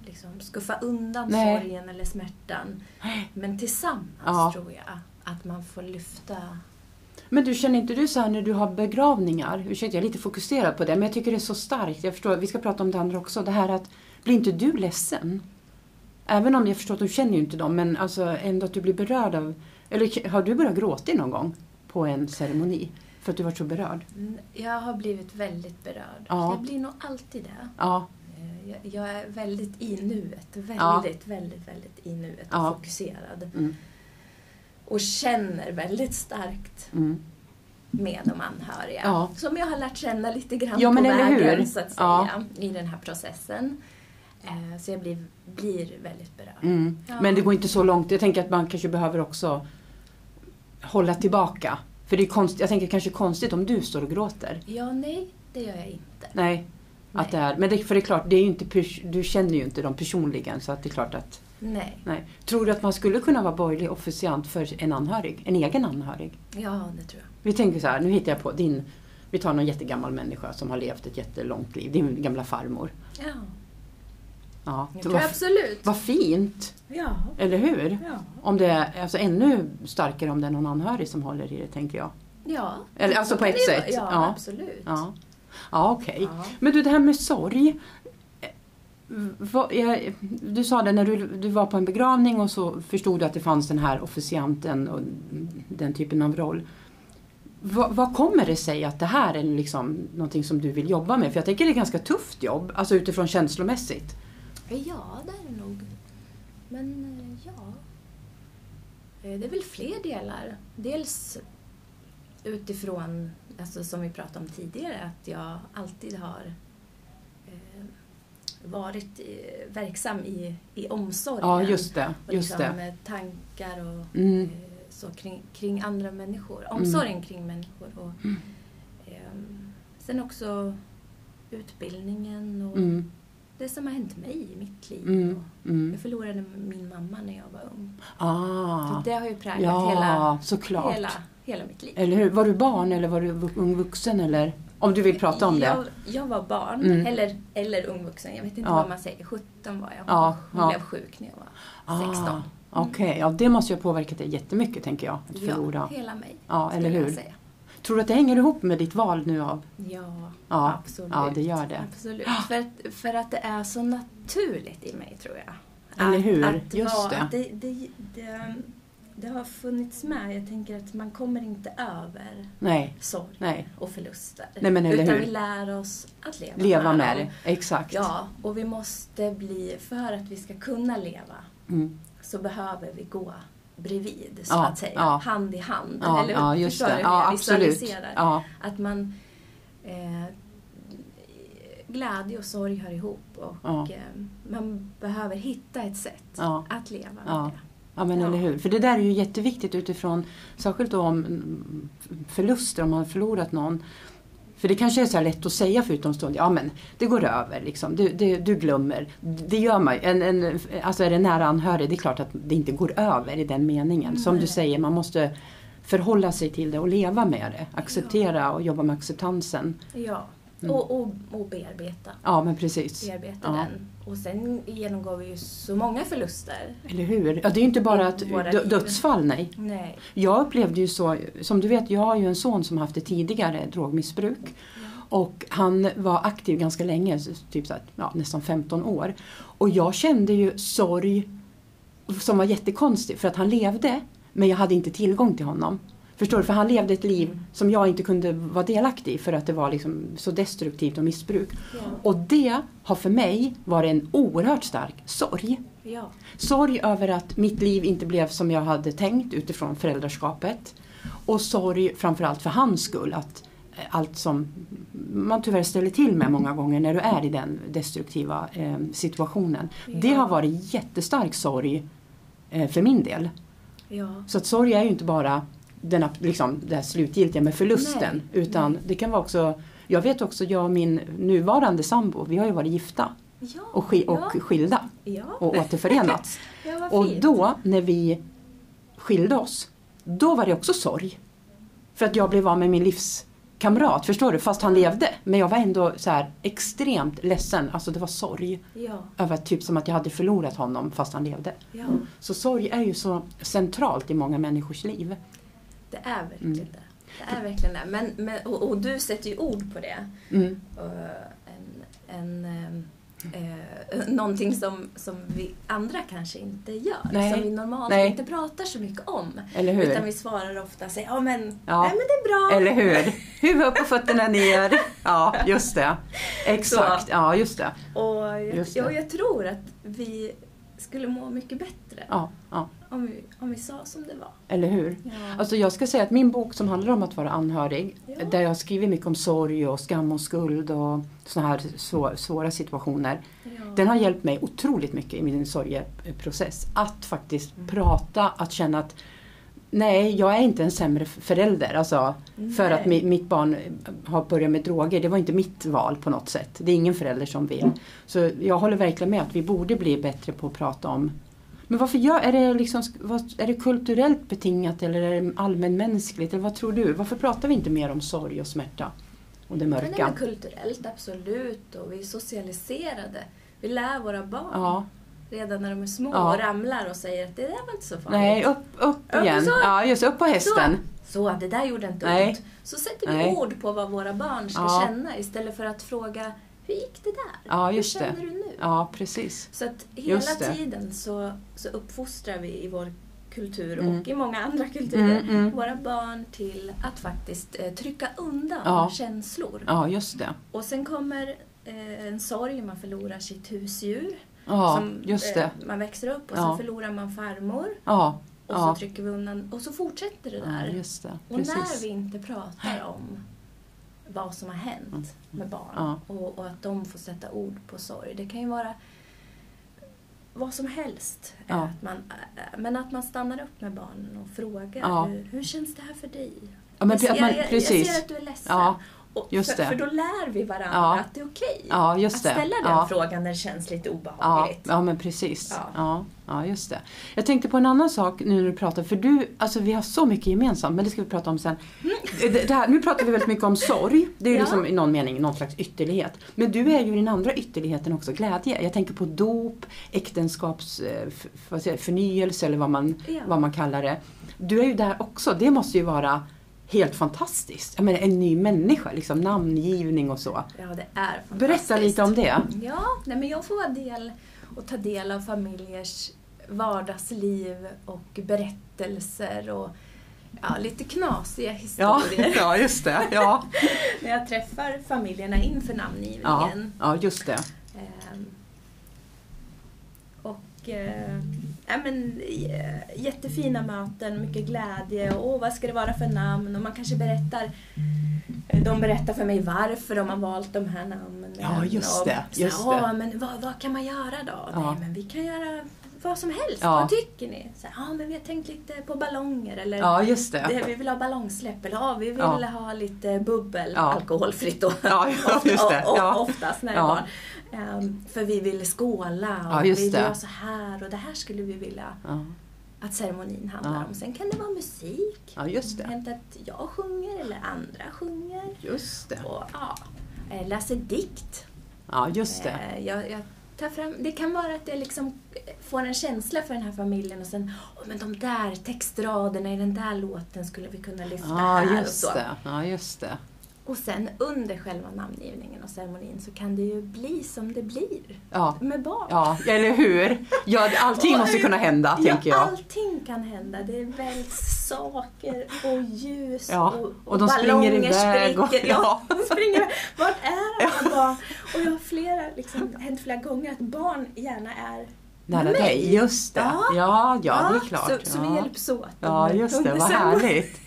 Speaker 2: liksom skuffa undan
Speaker 1: Nej.
Speaker 2: sorgen eller smärtan. Men tillsammans
Speaker 1: Ja.
Speaker 2: tror jag att man får lyfta
Speaker 1: Men du, känner inte du så här när du har begravningar, ursäkta jag är lite fokuserad på det, men jag tycker det är så starkt, jag förstår, vi ska prata om det andra också, det här att, blir inte du ledsen? Även om jag förstår att du känner ju inte dem, men alltså ändå att du blir berörd av, eller har du börjat gråta någon gång på en ceremoni? För att du varit så berörd?
Speaker 2: Mm, Jag har blivit väldigt berörd.
Speaker 1: Ja.
Speaker 2: Jag blir nog alltid det.
Speaker 1: Ja,
Speaker 2: Eh, Jag, jag är väldigt i nuet. Väldigt,
Speaker 1: Ja.
Speaker 2: väldigt, väldigt i nuet
Speaker 1: Ja.
Speaker 2: och fokuserad.
Speaker 1: Mm.
Speaker 2: Och känner väldigt starkt
Speaker 1: mm.
Speaker 2: med de anhöriga.
Speaker 1: Ja.
Speaker 2: Som jag har lärt känna lite grann
Speaker 1: Ja,
Speaker 2: på
Speaker 1: men eller
Speaker 2: vägen,
Speaker 1: hur?
Speaker 2: så att säga,
Speaker 1: Ja.
Speaker 2: i den här processen. Eh, Så jag blir, blir väldigt berörd.
Speaker 1: Mm.
Speaker 2: Ja.
Speaker 1: Men det går inte så långt. Jag tänker att man kanske behöver också hålla tillbaka. För det är konst, jag tänker kanske konstigt om du står och gråter.
Speaker 2: Ja, nej, det gör jag inte.
Speaker 1: Nej.
Speaker 2: Nej.
Speaker 1: Att det är, men det, för det är klart, det är ju inte, pers- du känner ju inte dem personligen så att det är klart att...
Speaker 2: Nej.
Speaker 1: Nej. Tror du att man skulle kunna vara borgerlig officiant för en anhörig? En egen anhörig?
Speaker 2: Ja, det tror jag.
Speaker 1: Vi tänker så här, nu hittar jag på din... Vi tar någon jättegammal människa som har levt ett jättelångt liv. Din gamla farmor.
Speaker 2: Ja,
Speaker 1: Ja.
Speaker 2: jag tror
Speaker 1: Vad,
Speaker 2: jag absolut.
Speaker 1: vad fint!
Speaker 2: Ja.
Speaker 1: Eller hur?
Speaker 2: Ja.
Speaker 1: Om det är alltså ännu starkare om det är någon anhörig som håller i det, tänker jag.
Speaker 2: Ja.
Speaker 1: Eller, alltså på
Speaker 2: Det
Speaker 1: ett
Speaker 2: kan det
Speaker 1: sätt.
Speaker 2: vara. Ja,
Speaker 1: Ja.
Speaker 2: absolut.
Speaker 1: Ja, ja okej.
Speaker 2: Ja.
Speaker 1: Men du, det här med sorg. Eh, vad- eh, Du sa det när du, du var på en begravning och så förstod du att det fanns den här officianten och den typen av roll. Vad, vad kommer det sig att det här är liksom någonting som du vill jobba med? För jag tänker det är ett ganska tufft jobb, alltså utifrån känslomässigt.
Speaker 2: Eh, Ja, det är det nog. Men eh, ja. Eh, Det är väl fler delar. Dels utifrån, alltså som vi pratade om tidigare, att jag alltid har eh, varit eh, verksam i, i omsorgen.
Speaker 1: Ja, just det.
Speaker 2: Och
Speaker 1: Just
Speaker 2: liksom,
Speaker 1: det.
Speaker 2: eh, tankar och
Speaker 1: Mm.
Speaker 2: eh, så kring, kring andra människor. Omsorgen kring människor. Och,
Speaker 1: Mm.
Speaker 2: ehm, sen också utbildningen och
Speaker 1: Mm.
Speaker 2: det som har hänt mig i mitt liv.
Speaker 1: Mm.
Speaker 2: Och
Speaker 1: Mm.
Speaker 2: jag förlorade min mamma när jag var ung.
Speaker 1: Ah.
Speaker 2: Det har ju präglat
Speaker 1: Ja,
Speaker 2: hela,
Speaker 1: såklart.
Speaker 2: hela, hela mitt liv.
Speaker 1: Eller hur? Var du barn eller var du vu- ung vuxen eller? Om du vill prata om det.
Speaker 2: jag, jag var barn,
Speaker 1: Mm.
Speaker 2: eller, eller ung vuxen. Jag vet inte
Speaker 1: Ja.
Speaker 2: vad man säger. 17 var jag.
Speaker 1: Ja,
Speaker 2: Hon
Speaker 1: ja.
Speaker 2: blev sjuk när jag var 16.
Speaker 1: Ah, Okej, ja, det måste ju ha påverkat dig jättemycket tänker jag. Att
Speaker 2: Mm. ja,
Speaker 1: förlora.
Speaker 2: hela mig.
Speaker 1: Ja,
Speaker 2: skulle
Speaker 1: eller
Speaker 2: jag
Speaker 1: hur?
Speaker 2: säga.
Speaker 1: Tror du att det hänger ihop med ditt val nu av?
Speaker 2: Ja,
Speaker 1: Ja,
Speaker 2: absolut.
Speaker 1: ja det gör det.
Speaker 2: Absolut. För att, för att det är så naturligt i mig, tror jag.
Speaker 1: Eller hur?
Speaker 2: Att
Speaker 1: Just
Speaker 2: vara,
Speaker 1: det.
Speaker 2: att Det, det, det. Det har funnits med. Jag tänker att man kommer inte över
Speaker 1: Nej,
Speaker 2: sorg
Speaker 1: nej.
Speaker 2: och förluster.
Speaker 1: Nej, men eller
Speaker 2: utan
Speaker 1: hur?
Speaker 2: vi lär oss att leva,
Speaker 1: Leva med
Speaker 2: dem.
Speaker 1: det, exakt.
Speaker 2: Ja, och vi måste bli, för att vi ska kunna leva,
Speaker 1: Mm.
Speaker 2: så behöver vi gå bredvid, så
Speaker 1: Ja,
Speaker 2: att säga.
Speaker 1: ja.
Speaker 2: Hand i hand.
Speaker 1: Ja,
Speaker 2: eller
Speaker 1: ja just
Speaker 2: förstår du
Speaker 1: det.
Speaker 2: hur
Speaker 1: Ja,
Speaker 2: jag
Speaker 1: absolut.
Speaker 2: visualiserar?
Speaker 1: Ja,
Speaker 2: Att man... Eh, glädje och sorg hör ihop och
Speaker 1: Ja.
Speaker 2: eh, man behöver hitta ett sätt
Speaker 1: Ja.
Speaker 2: att leva med
Speaker 1: Ja.
Speaker 2: det.
Speaker 1: ja men
Speaker 2: Ja.
Speaker 1: eller hur. För det där är ju jätteviktigt utifrån, särskilt då om mm, förluster, om man har förlorat någon. För det kanske är så här lätt att säga för utomstående, ja men det går över liksom, du, du, du glömmer. Det gör man ju. En, en, alltså är det nära anhörig, det är klart att det inte går över i den meningen. Som du
Speaker 2: Nej.
Speaker 1: säger, man måste förhålla sig till det och leva med det. Acceptera och jobba med acceptansen.
Speaker 2: Ja.
Speaker 1: Mm.
Speaker 2: Och, och, och bearbeta.
Speaker 1: Ja men precis.
Speaker 2: bearbeta
Speaker 1: Ja.
Speaker 2: den. Och sen genomgår vi ju så många förluster.
Speaker 1: Eller hur? Ja, det är ju inte bara att
Speaker 2: Våra
Speaker 1: dö-
Speaker 2: liv.
Speaker 1: dödsfall, nej.
Speaker 2: Nej.
Speaker 1: Jag upplevde ju så, som du vet, jag har ju en son som haft ett tidigare drogmissbruk. Och han var aktiv ganska länge, så- typ så här, ja, nästan 15 år. Och jag kände ju sorg som var jättekonstig för att han levde men jag hade inte tillgång till honom. Förstår du? För han levde ett liv som jag inte kunde vara delaktig i för att det var liksom så destruktivt och missbruk. Och det har för mig varit en oerhört stark sorg.
Speaker 2: Ja.
Speaker 1: Sorg över att mitt liv inte blev som jag hade tänkt utifrån föräldraskapet. Och sorg framförallt för hans skull. Att eh, allt som man tyvärr ställer till med många gånger när du är i den destruktiva eh, situationen. Det har varit jättestark sorg eh, för min del.
Speaker 2: Ja.
Speaker 1: Så att sorg är ju inte bara den, ab- liksom, det här slutgiltiga med förlusten. utan det kan vara också, jag vet också, jag och min nuvarande sambo, vi har ju varit gifta
Speaker 2: Ja.
Speaker 1: och, ski- och
Speaker 2: ja.
Speaker 1: skilda
Speaker 2: ja. <laughs>
Speaker 1: och återförenats.
Speaker 2: ja vad
Speaker 1: Och
Speaker 2: fint.
Speaker 1: då när vi skilde oss, då var det också sorg. För att jag blev av med min livs kamrat, förstår du? Fast han levde. Men jag var ändå så här extremt ledsen, alltså det var sorg.
Speaker 2: Ja,
Speaker 1: Över typ som att jag hade förlorat honom fast han levde.
Speaker 2: ja.
Speaker 1: Så sorg är ju så centralt i många människors liv.
Speaker 2: Det är verkligen
Speaker 1: Mm.
Speaker 2: det. Det är verkligen det. Men, men, och, och du sätter ju ord på det.
Speaker 1: Mm.
Speaker 2: Eh, en, en, ehm, eh, <laughs> någonting som, som vi andra kanske inte gör.
Speaker 1: Nej.
Speaker 2: Som vi normalt
Speaker 1: Nej.
Speaker 2: inte pratar så mycket om.
Speaker 1: Eller
Speaker 2: Utan
Speaker 1: hur?
Speaker 2: vi svarar ofta så här, ja men,
Speaker 1: Ja.
Speaker 2: nej, men det är bra.
Speaker 1: Eller hur? Huvud upp och fötterna ner. Ja, just
Speaker 2: <laughs>
Speaker 1: det. Exakt, ja just det.
Speaker 2: Och jag,
Speaker 1: Just det.
Speaker 2: jag, jag tror att vi skulle må mycket bättre
Speaker 1: Ja, ja.
Speaker 2: om, vi, om vi sa som det var.
Speaker 1: Eller hur?
Speaker 2: Ja.
Speaker 1: Alltså jag ska säga att min bok som handlar om att vara anhörig,
Speaker 2: Ja.
Speaker 1: där jag skriver mycket om sorg och skam och skuld och såna här svå- svåra situationer. Den har hjälpt mig otroligt mycket i min sorgeprocess. Att faktiskt prata, att känna att nej, jag är inte en sämre förälder. Alltså, för att mi- mitt barn eh, har börjat med droger, det var inte mitt val på något sätt. Det är ingen förälder som vill.
Speaker 2: Mm.
Speaker 1: Så jag håller verkligen med att vi borde bli bättre på att prata om men varför gör, är, det liksom, vad- är det kulturellt betingat eller är det allmänmänskligt? Eller vad tror du? Varför pratar vi inte mer om sorg och smärta? Och det
Speaker 2: Men det är
Speaker 1: mörka?
Speaker 2: väl kulturellt, absolut. Och vi är socialiserade. Vi lär våra barn
Speaker 1: Ja,
Speaker 2: redan när de är små
Speaker 1: Ja.
Speaker 2: och ramlar och säger att det där var inte så farligt.
Speaker 1: nej, upp, upp
Speaker 2: Ja,
Speaker 1: igen.
Speaker 2: så-
Speaker 1: Ja, just upp på hästen.
Speaker 2: Så, det där gjorde inte
Speaker 1: Nej.
Speaker 2: ont. Så sätter vi
Speaker 1: Nej.
Speaker 2: ord på vad våra barn ska
Speaker 1: Ja.
Speaker 2: känna istället för att fråga hur gick det där?
Speaker 1: Ja, just
Speaker 2: hur
Speaker 1: det.
Speaker 2: känner du nu?
Speaker 1: Ja, precis.
Speaker 2: Så att hela
Speaker 1: Just det.
Speaker 2: tiden så, så uppfostrar vi i vår kultur
Speaker 1: Mm.
Speaker 2: och i många andra kulturer
Speaker 1: Mm, mm.
Speaker 2: våra barn till att faktiskt eh, trycka undan
Speaker 1: Ja.
Speaker 2: känslor.
Speaker 1: Ja, just det.
Speaker 2: Och sen kommer eh, en sorg, man förlorar sitt husdjur.
Speaker 1: Ja,
Speaker 2: som,
Speaker 1: just det.
Speaker 2: Eh, man växer upp och
Speaker 1: Ja.
Speaker 2: sen förlorar man farmor.
Speaker 1: Ja,
Speaker 2: Och
Speaker 1: Ja.
Speaker 2: så trycker vi undan och så fortsätter det
Speaker 1: ja
Speaker 2: där.
Speaker 1: just det.
Speaker 2: Och när vi
Speaker 1: Precis.
Speaker 2: inte pratar om vad som har hänt med barn
Speaker 1: Mm. Ja.
Speaker 2: och, och att de får sätta ord på sorg. Det kan ju vara vad som helst. eh,
Speaker 1: Ja.
Speaker 2: Att man, eh, men att man stannar upp med barnen och frågar
Speaker 1: Ja,
Speaker 2: hur, hur känns det här för dig?
Speaker 1: Ja, men
Speaker 2: jag, ser,
Speaker 1: att man,
Speaker 2: jag, jag ser
Speaker 1: precis.
Speaker 2: att du är ledsen.
Speaker 1: Ja,
Speaker 2: och
Speaker 1: just
Speaker 2: för,
Speaker 1: det.
Speaker 2: för då lär vi varandra
Speaker 1: Ja.
Speaker 2: att det är okej
Speaker 1: ja,
Speaker 2: att
Speaker 1: just det.
Speaker 2: ställa den
Speaker 1: ja.
Speaker 2: frågan när det känns lite
Speaker 1: Ja,
Speaker 2: obehagligt.
Speaker 1: ja men precis.
Speaker 2: Ja.
Speaker 1: Ja. Ja, just det. Jag tänkte på en annan sak nu när du pratar, för du, alltså vi har så mycket gemensamt, men det ska vi prata om sen. Det, det här, nu pratar vi väldigt mycket om sorg, det är ju
Speaker 2: Mm. Ja.
Speaker 1: liksom i någon mening någon slags ytterlighet. Men du är ju i den andra ytterligheten också glädje. Jag tänker på dop, äktenskaps eh, f- vad säger jag, förnyelse eller vad man,
Speaker 2: Ja.
Speaker 1: vad man kallar det. Du är ju där också, det måste ju vara helt fantastiskt. Jag menar en ny människa, liksom namngivning och så.
Speaker 2: Ja, det är
Speaker 1: Berätta
Speaker 2: fantastiskt.
Speaker 1: lite om det.
Speaker 2: Ja, nej men jag får vara del och ta del av familjers vardagsliv och berättelser och ja, lite knasiga
Speaker 1: Ja,
Speaker 2: historier. <laughs>
Speaker 1: ja just det. Ja.
Speaker 2: När jag träffar familjerna inför
Speaker 1: Ja,
Speaker 2: namngivningen.
Speaker 1: ja, just det.
Speaker 2: Ehm, och eh, ja, men, eh, jättefina möten, mycket glädje. Och, Åh, vad ska det vara för namn? Och man kanske berättar eh, de berättar för mig varför de har valt de här namnen.
Speaker 1: Ja, just
Speaker 2: Och
Speaker 1: det,
Speaker 2: så här,
Speaker 1: just det.
Speaker 2: "Åh, men vad, vad kan man göra då?
Speaker 1: Ja.
Speaker 2: Nej, men vi kan göra vad som helst.
Speaker 1: Ja.
Speaker 2: Vad tycker ni? Så här, "Ja, men vi har tänkt lite på ballonger. Eller
Speaker 1: Ja, just det.
Speaker 2: det, vi vill ha ballongsläpp eller ja, vi vill
Speaker 1: Ja.
Speaker 2: ha lite bubbel,
Speaker 1: Ja.
Speaker 2: alkoholfritt då.
Speaker 1: Ja, just
Speaker 2: <laughs>
Speaker 1: det.
Speaker 2: O- o-
Speaker 1: Ja.
Speaker 2: Oftast när det är
Speaker 1: Ja.
Speaker 2: barn. Ehm, för vi vill skåla och
Speaker 1: Ja,
Speaker 2: vi
Speaker 1: just
Speaker 2: vill
Speaker 1: det.
Speaker 2: göra så här och det här skulle vi vilja
Speaker 1: Ja,
Speaker 2: att ceremonin handlar
Speaker 1: Ja.
Speaker 2: om. Sen kan det vara musik.
Speaker 1: ja just
Speaker 2: Det har
Speaker 1: det.
Speaker 2: hänt att jag sjunger eller andra sjunger.
Speaker 1: Just det.
Speaker 2: Och, ja, eh, läser dikt.
Speaker 1: Ja, just det.
Speaker 2: Eh, Jag, jag tar fram, det kan vara att jag liksom får en känsla för den här familjen och sen, "Åh, men de där textraderna i den där låten skulle vi kunna lyfta
Speaker 1: Ja,
Speaker 2: här och så.
Speaker 1: just det. Ja, just det.
Speaker 2: Och sen under själva namngivningen och ceremonin så kan det ju bli som det blir
Speaker 1: Ja,
Speaker 2: med barn.
Speaker 1: ja eller hur? Ja, allting
Speaker 2: Och
Speaker 1: måste
Speaker 2: hur-
Speaker 1: kunna hända, tänker jag.
Speaker 2: allting kan hända. Det välts saker och ljus
Speaker 1: Ja,
Speaker 2: och,
Speaker 1: och de springer
Speaker 2: ballonger
Speaker 1: iväg och- <laughs>
Speaker 2: spricker. ja, de springer iväg. Vart är alla
Speaker 1: Ja.
Speaker 2: barn? Och jag har flera, liksom, hänt flera gånger att barn gärna är
Speaker 1: Nära
Speaker 2: med mig.
Speaker 1: dig. Just det.
Speaker 2: Ja.
Speaker 1: Ja, ja, det är klart.
Speaker 2: Så, så vi
Speaker 1: Ja.
Speaker 2: hjälps åt.
Speaker 1: Ja,
Speaker 2: under-
Speaker 1: just det.
Speaker 2: under
Speaker 1: Vad
Speaker 2: ceremonin.
Speaker 1: härligt.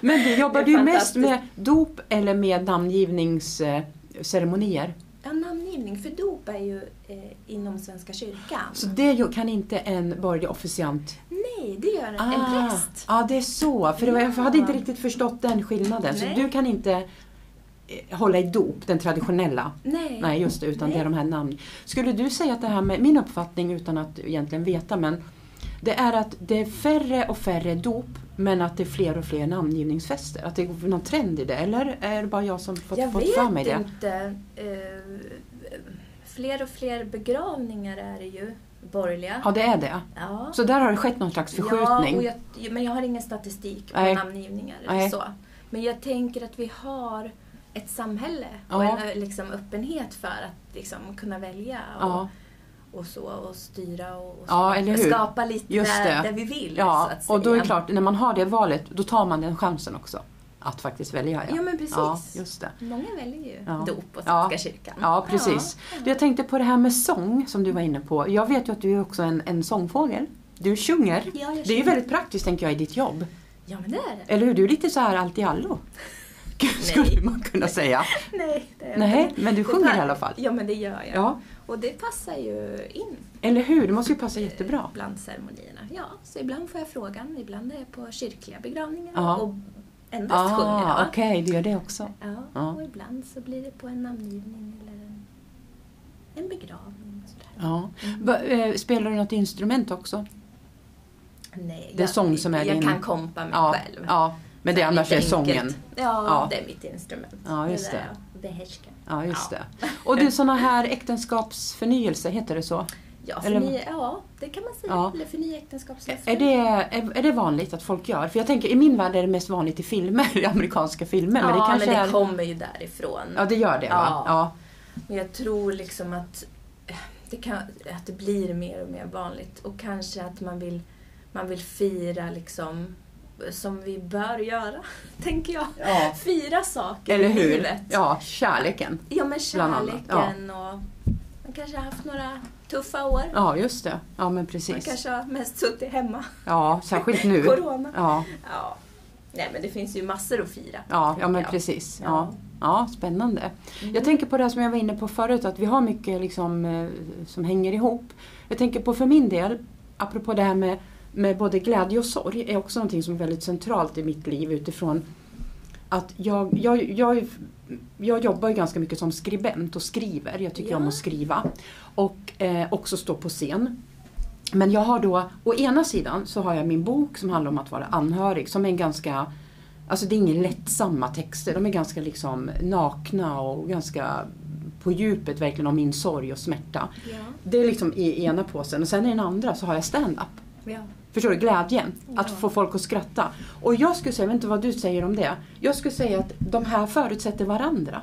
Speaker 1: Men du, jobbar
Speaker 2: Det är
Speaker 1: du mest
Speaker 2: fantastiskt.
Speaker 1: med dop eller med namngivningsceremonier?
Speaker 2: Ja, namngivning för dop är ju eh, inom Svenska kyrkan.
Speaker 1: Så det gör- kan inte en borgerlig officiant
Speaker 2: Nej, det gör en, en präst.
Speaker 1: Ah, Ja, det är så. För det var, jag
Speaker 2: Ja.
Speaker 1: hade inte riktigt förstått den skillnaden.
Speaker 2: Nej.
Speaker 1: Så du kan inte eh, hålla i dop, den traditionella.
Speaker 2: Nej.
Speaker 1: Nej, just det. Utan
Speaker 2: Nej.
Speaker 1: det är de här namn. Skulle du säga att det här med, min uppfattning utan att egentligen veta, men Det är att det är färre och färre dop men att det är fler och fler namngivningsfester. Att det går någon trend i det eller är det bara jag som fått,
Speaker 2: jag
Speaker 1: fått för mig
Speaker 2: vet
Speaker 1: det?
Speaker 2: inte. Eh, fler och fler begravningar är det ju, borgerliga.
Speaker 1: Ja, det är det.
Speaker 2: Ja.
Speaker 1: Så där har det skett någon slags
Speaker 2: Ja, och
Speaker 1: förskjutning.
Speaker 2: jag, men jag har ingen statistik på
Speaker 1: Nej.
Speaker 2: namngivningar.
Speaker 1: Nej.
Speaker 2: Så. Men jag tänker att vi har ett samhälle och
Speaker 1: Ja.
Speaker 2: en eh, liksom, öppenhet för att liksom, kunna välja och,
Speaker 1: Ja,
Speaker 2: och så och styra och, och så.
Speaker 1: ja, eller hur?
Speaker 2: skapa lite
Speaker 1: Just det.
Speaker 2: där vi vill.
Speaker 1: Ja,
Speaker 2: så att
Speaker 1: och då är det
Speaker 2: säga.
Speaker 1: klart, när man har det valet, då tar man den chansen också. Att faktiskt välja.
Speaker 2: Ja, men precis. Mm.
Speaker 1: Ja, just det.
Speaker 2: Många väljer ju
Speaker 1: Ja.
Speaker 2: dop och
Speaker 1: Ja.
Speaker 2: Svenska kyrkan.
Speaker 1: Ja, precis. Du, Jag tänkte på det här med sång som du var inne på. Jag vet ju att du är också en, en sångfågel. Du sjunger.
Speaker 2: Ja, jag
Speaker 1: Det är ju
Speaker 2: känner-
Speaker 1: väldigt praktiskt tänker jag i ditt jobb.
Speaker 2: Ja, men det är
Speaker 1: <laughs>
Speaker 2: det.
Speaker 1: Eller hur? Du är lite så här allt i allo. <laughs> Skulle man kunna säga.
Speaker 2: Nej, det är
Speaker 1: Nej,
Speaker 2: inte.
Speaker 1: men du
Speaker 2: Det
Speaker 1: sjunger
Speaker 2: pa-
Speaker 1: i alla fall.
Speaker 2: Ja, men det gör jag.
Speaker 1: Ja,
Speaker 2: Och det passar ju in
Speaker 1: eller hur? Det måste ju passa jättebra.
Speaker 2: bland ceremonierna. Ja, så ibland får jag frågan. Ibland är jag på kyrkliga begravningar
Speaker 1: Ja.
Speaker 2: och endast sjunger
Speaker 1: Ah,
Speaker 2: jag.
Speaker 1: Okej, du gör det också.
Speaker 2: Ja,
Speaker 1: Ja.
Speaker 2: och ibland så blir det på en namngivning eller en, en begravning. Och sådär.
Speaker 1: Ja.
Speaker 2: Mm.
Speaker 1: Va- eh, Spelar du något instrument också?
Speaker 2: Nej,
Speaker 1: Det är sång som är
Speaker 2: jag
Speaker 1: din-
Speaker 2: kan kompa mig
Speaker 1: Ja,
Speaker 2: själv.
Speaker 1: ja. men det
Speaker 2: Så här,
Speaker 1: annars
Speaker 2: lite
Speaker 1: är sången.
Speaker 2: enkelt. Ja,
Speaker 1: Ja.
Speaker 2: det är mitt instrument.
Speaker 1: Ja, just
Speaker 2: det. är
Speaker 1: det.
Speaker 2: där jag behärskar.
Speaker 1: Ja, just
Speaker 2: Ja.
Speaker 1: det. Och du, såna här äktenskapsförnyelse, heter det så?
Speaker 2: Ja,
Speaker 1: Eller-
Speaker 2: förnya, ja, det kan man säga.
Speaker 1: Ja.
Speaker 2: Eller förnya äktenskapslöften.
Speaker 1: Är det, är, är det vanligt att folk gör? För jag tänker, i min värld är det mest vanligt i filmer, <laughs> i amerikanska filmer.
Speaker 2: ja,
Speaker 1: men det kanske är...
Speaker 2: kommer ju därifrån.
Speaker 1: Ja, det gör det va?
Speaker 2: Ja.
Speaker 1: Ja.
Speaker 2: Men jag tror liksom att eh, det, kan, att det blir mer och mer vanligt och kanske att man vill, man vill fira liksom eh, som vi bör göra, <laughs> tänker jag.
Speaker 1: Ja.
Speaker 2: Fira saker
Speaker 1: Eller
Speaker 2: i
Speaker 1: hur?
Speaker 2: livet.
Speaker 1: Ja, kärleken.
Speaker 2: ja men
Speaker 1: Bland annat,
Speaker 2: kärleken och man kanske har haft några tuffa år.
Speaker 1: Ja, just det. Ja, men
Speaker 2: Man
Speaker 1: precis.
Speaker 2: kanske har mest suttit hemma.
Speaker 1: Ja, särskilt nu.
Speaker 2: <laughs> Corona.
Speaker 1: Ja,
Speaker 2: Ja. Nej men det finns ju massor att fira.
Speaker 1: ja, ja
Speaker 2: tänker
Speaker 1: men
Speaker 2: jag.
Speaker 1: precis. Ja.
Speaker 2: Ja. Mm.
Speaker 1: Ja, spännande. Jag tänker på det här som jag var inne på förut, att vi har mycket liksom, eh, som hänger ihop. Jag tänker på för min del, apropå det här med, med både glädje och sorg, är också någonting som är väldigt centralt i mitt liv utifrån att jag, jag, jag, jag jobbar ju ganska mycket som skribent och skriver. Jag tycker
Speaker 2: Ja.
Speaker 1: om att skriva. Och eh, också stå på scen. Men jag har då, å ena sidan så har jag min bok som handlar om att vara anhörig som är en ganska, alltså det är inga lättsamma texter. De är ganska liksom nakna och ganska på djupet verkligen om min sorg och smärta.
Speaker 2: Ja.
Speaker 1: Det är liksom i ena påsen och sen i den andra så har jag stand-up.
Speaker 2: ja.
Speaker 1: Förstår du? Glädjen. Att
Speaker 2: Ja.
Speaker 1: få folk att skratta. Och jag skulle säga, jag vet inte vad du säger om det. Jag skulle säga att de här förutsätter varandra.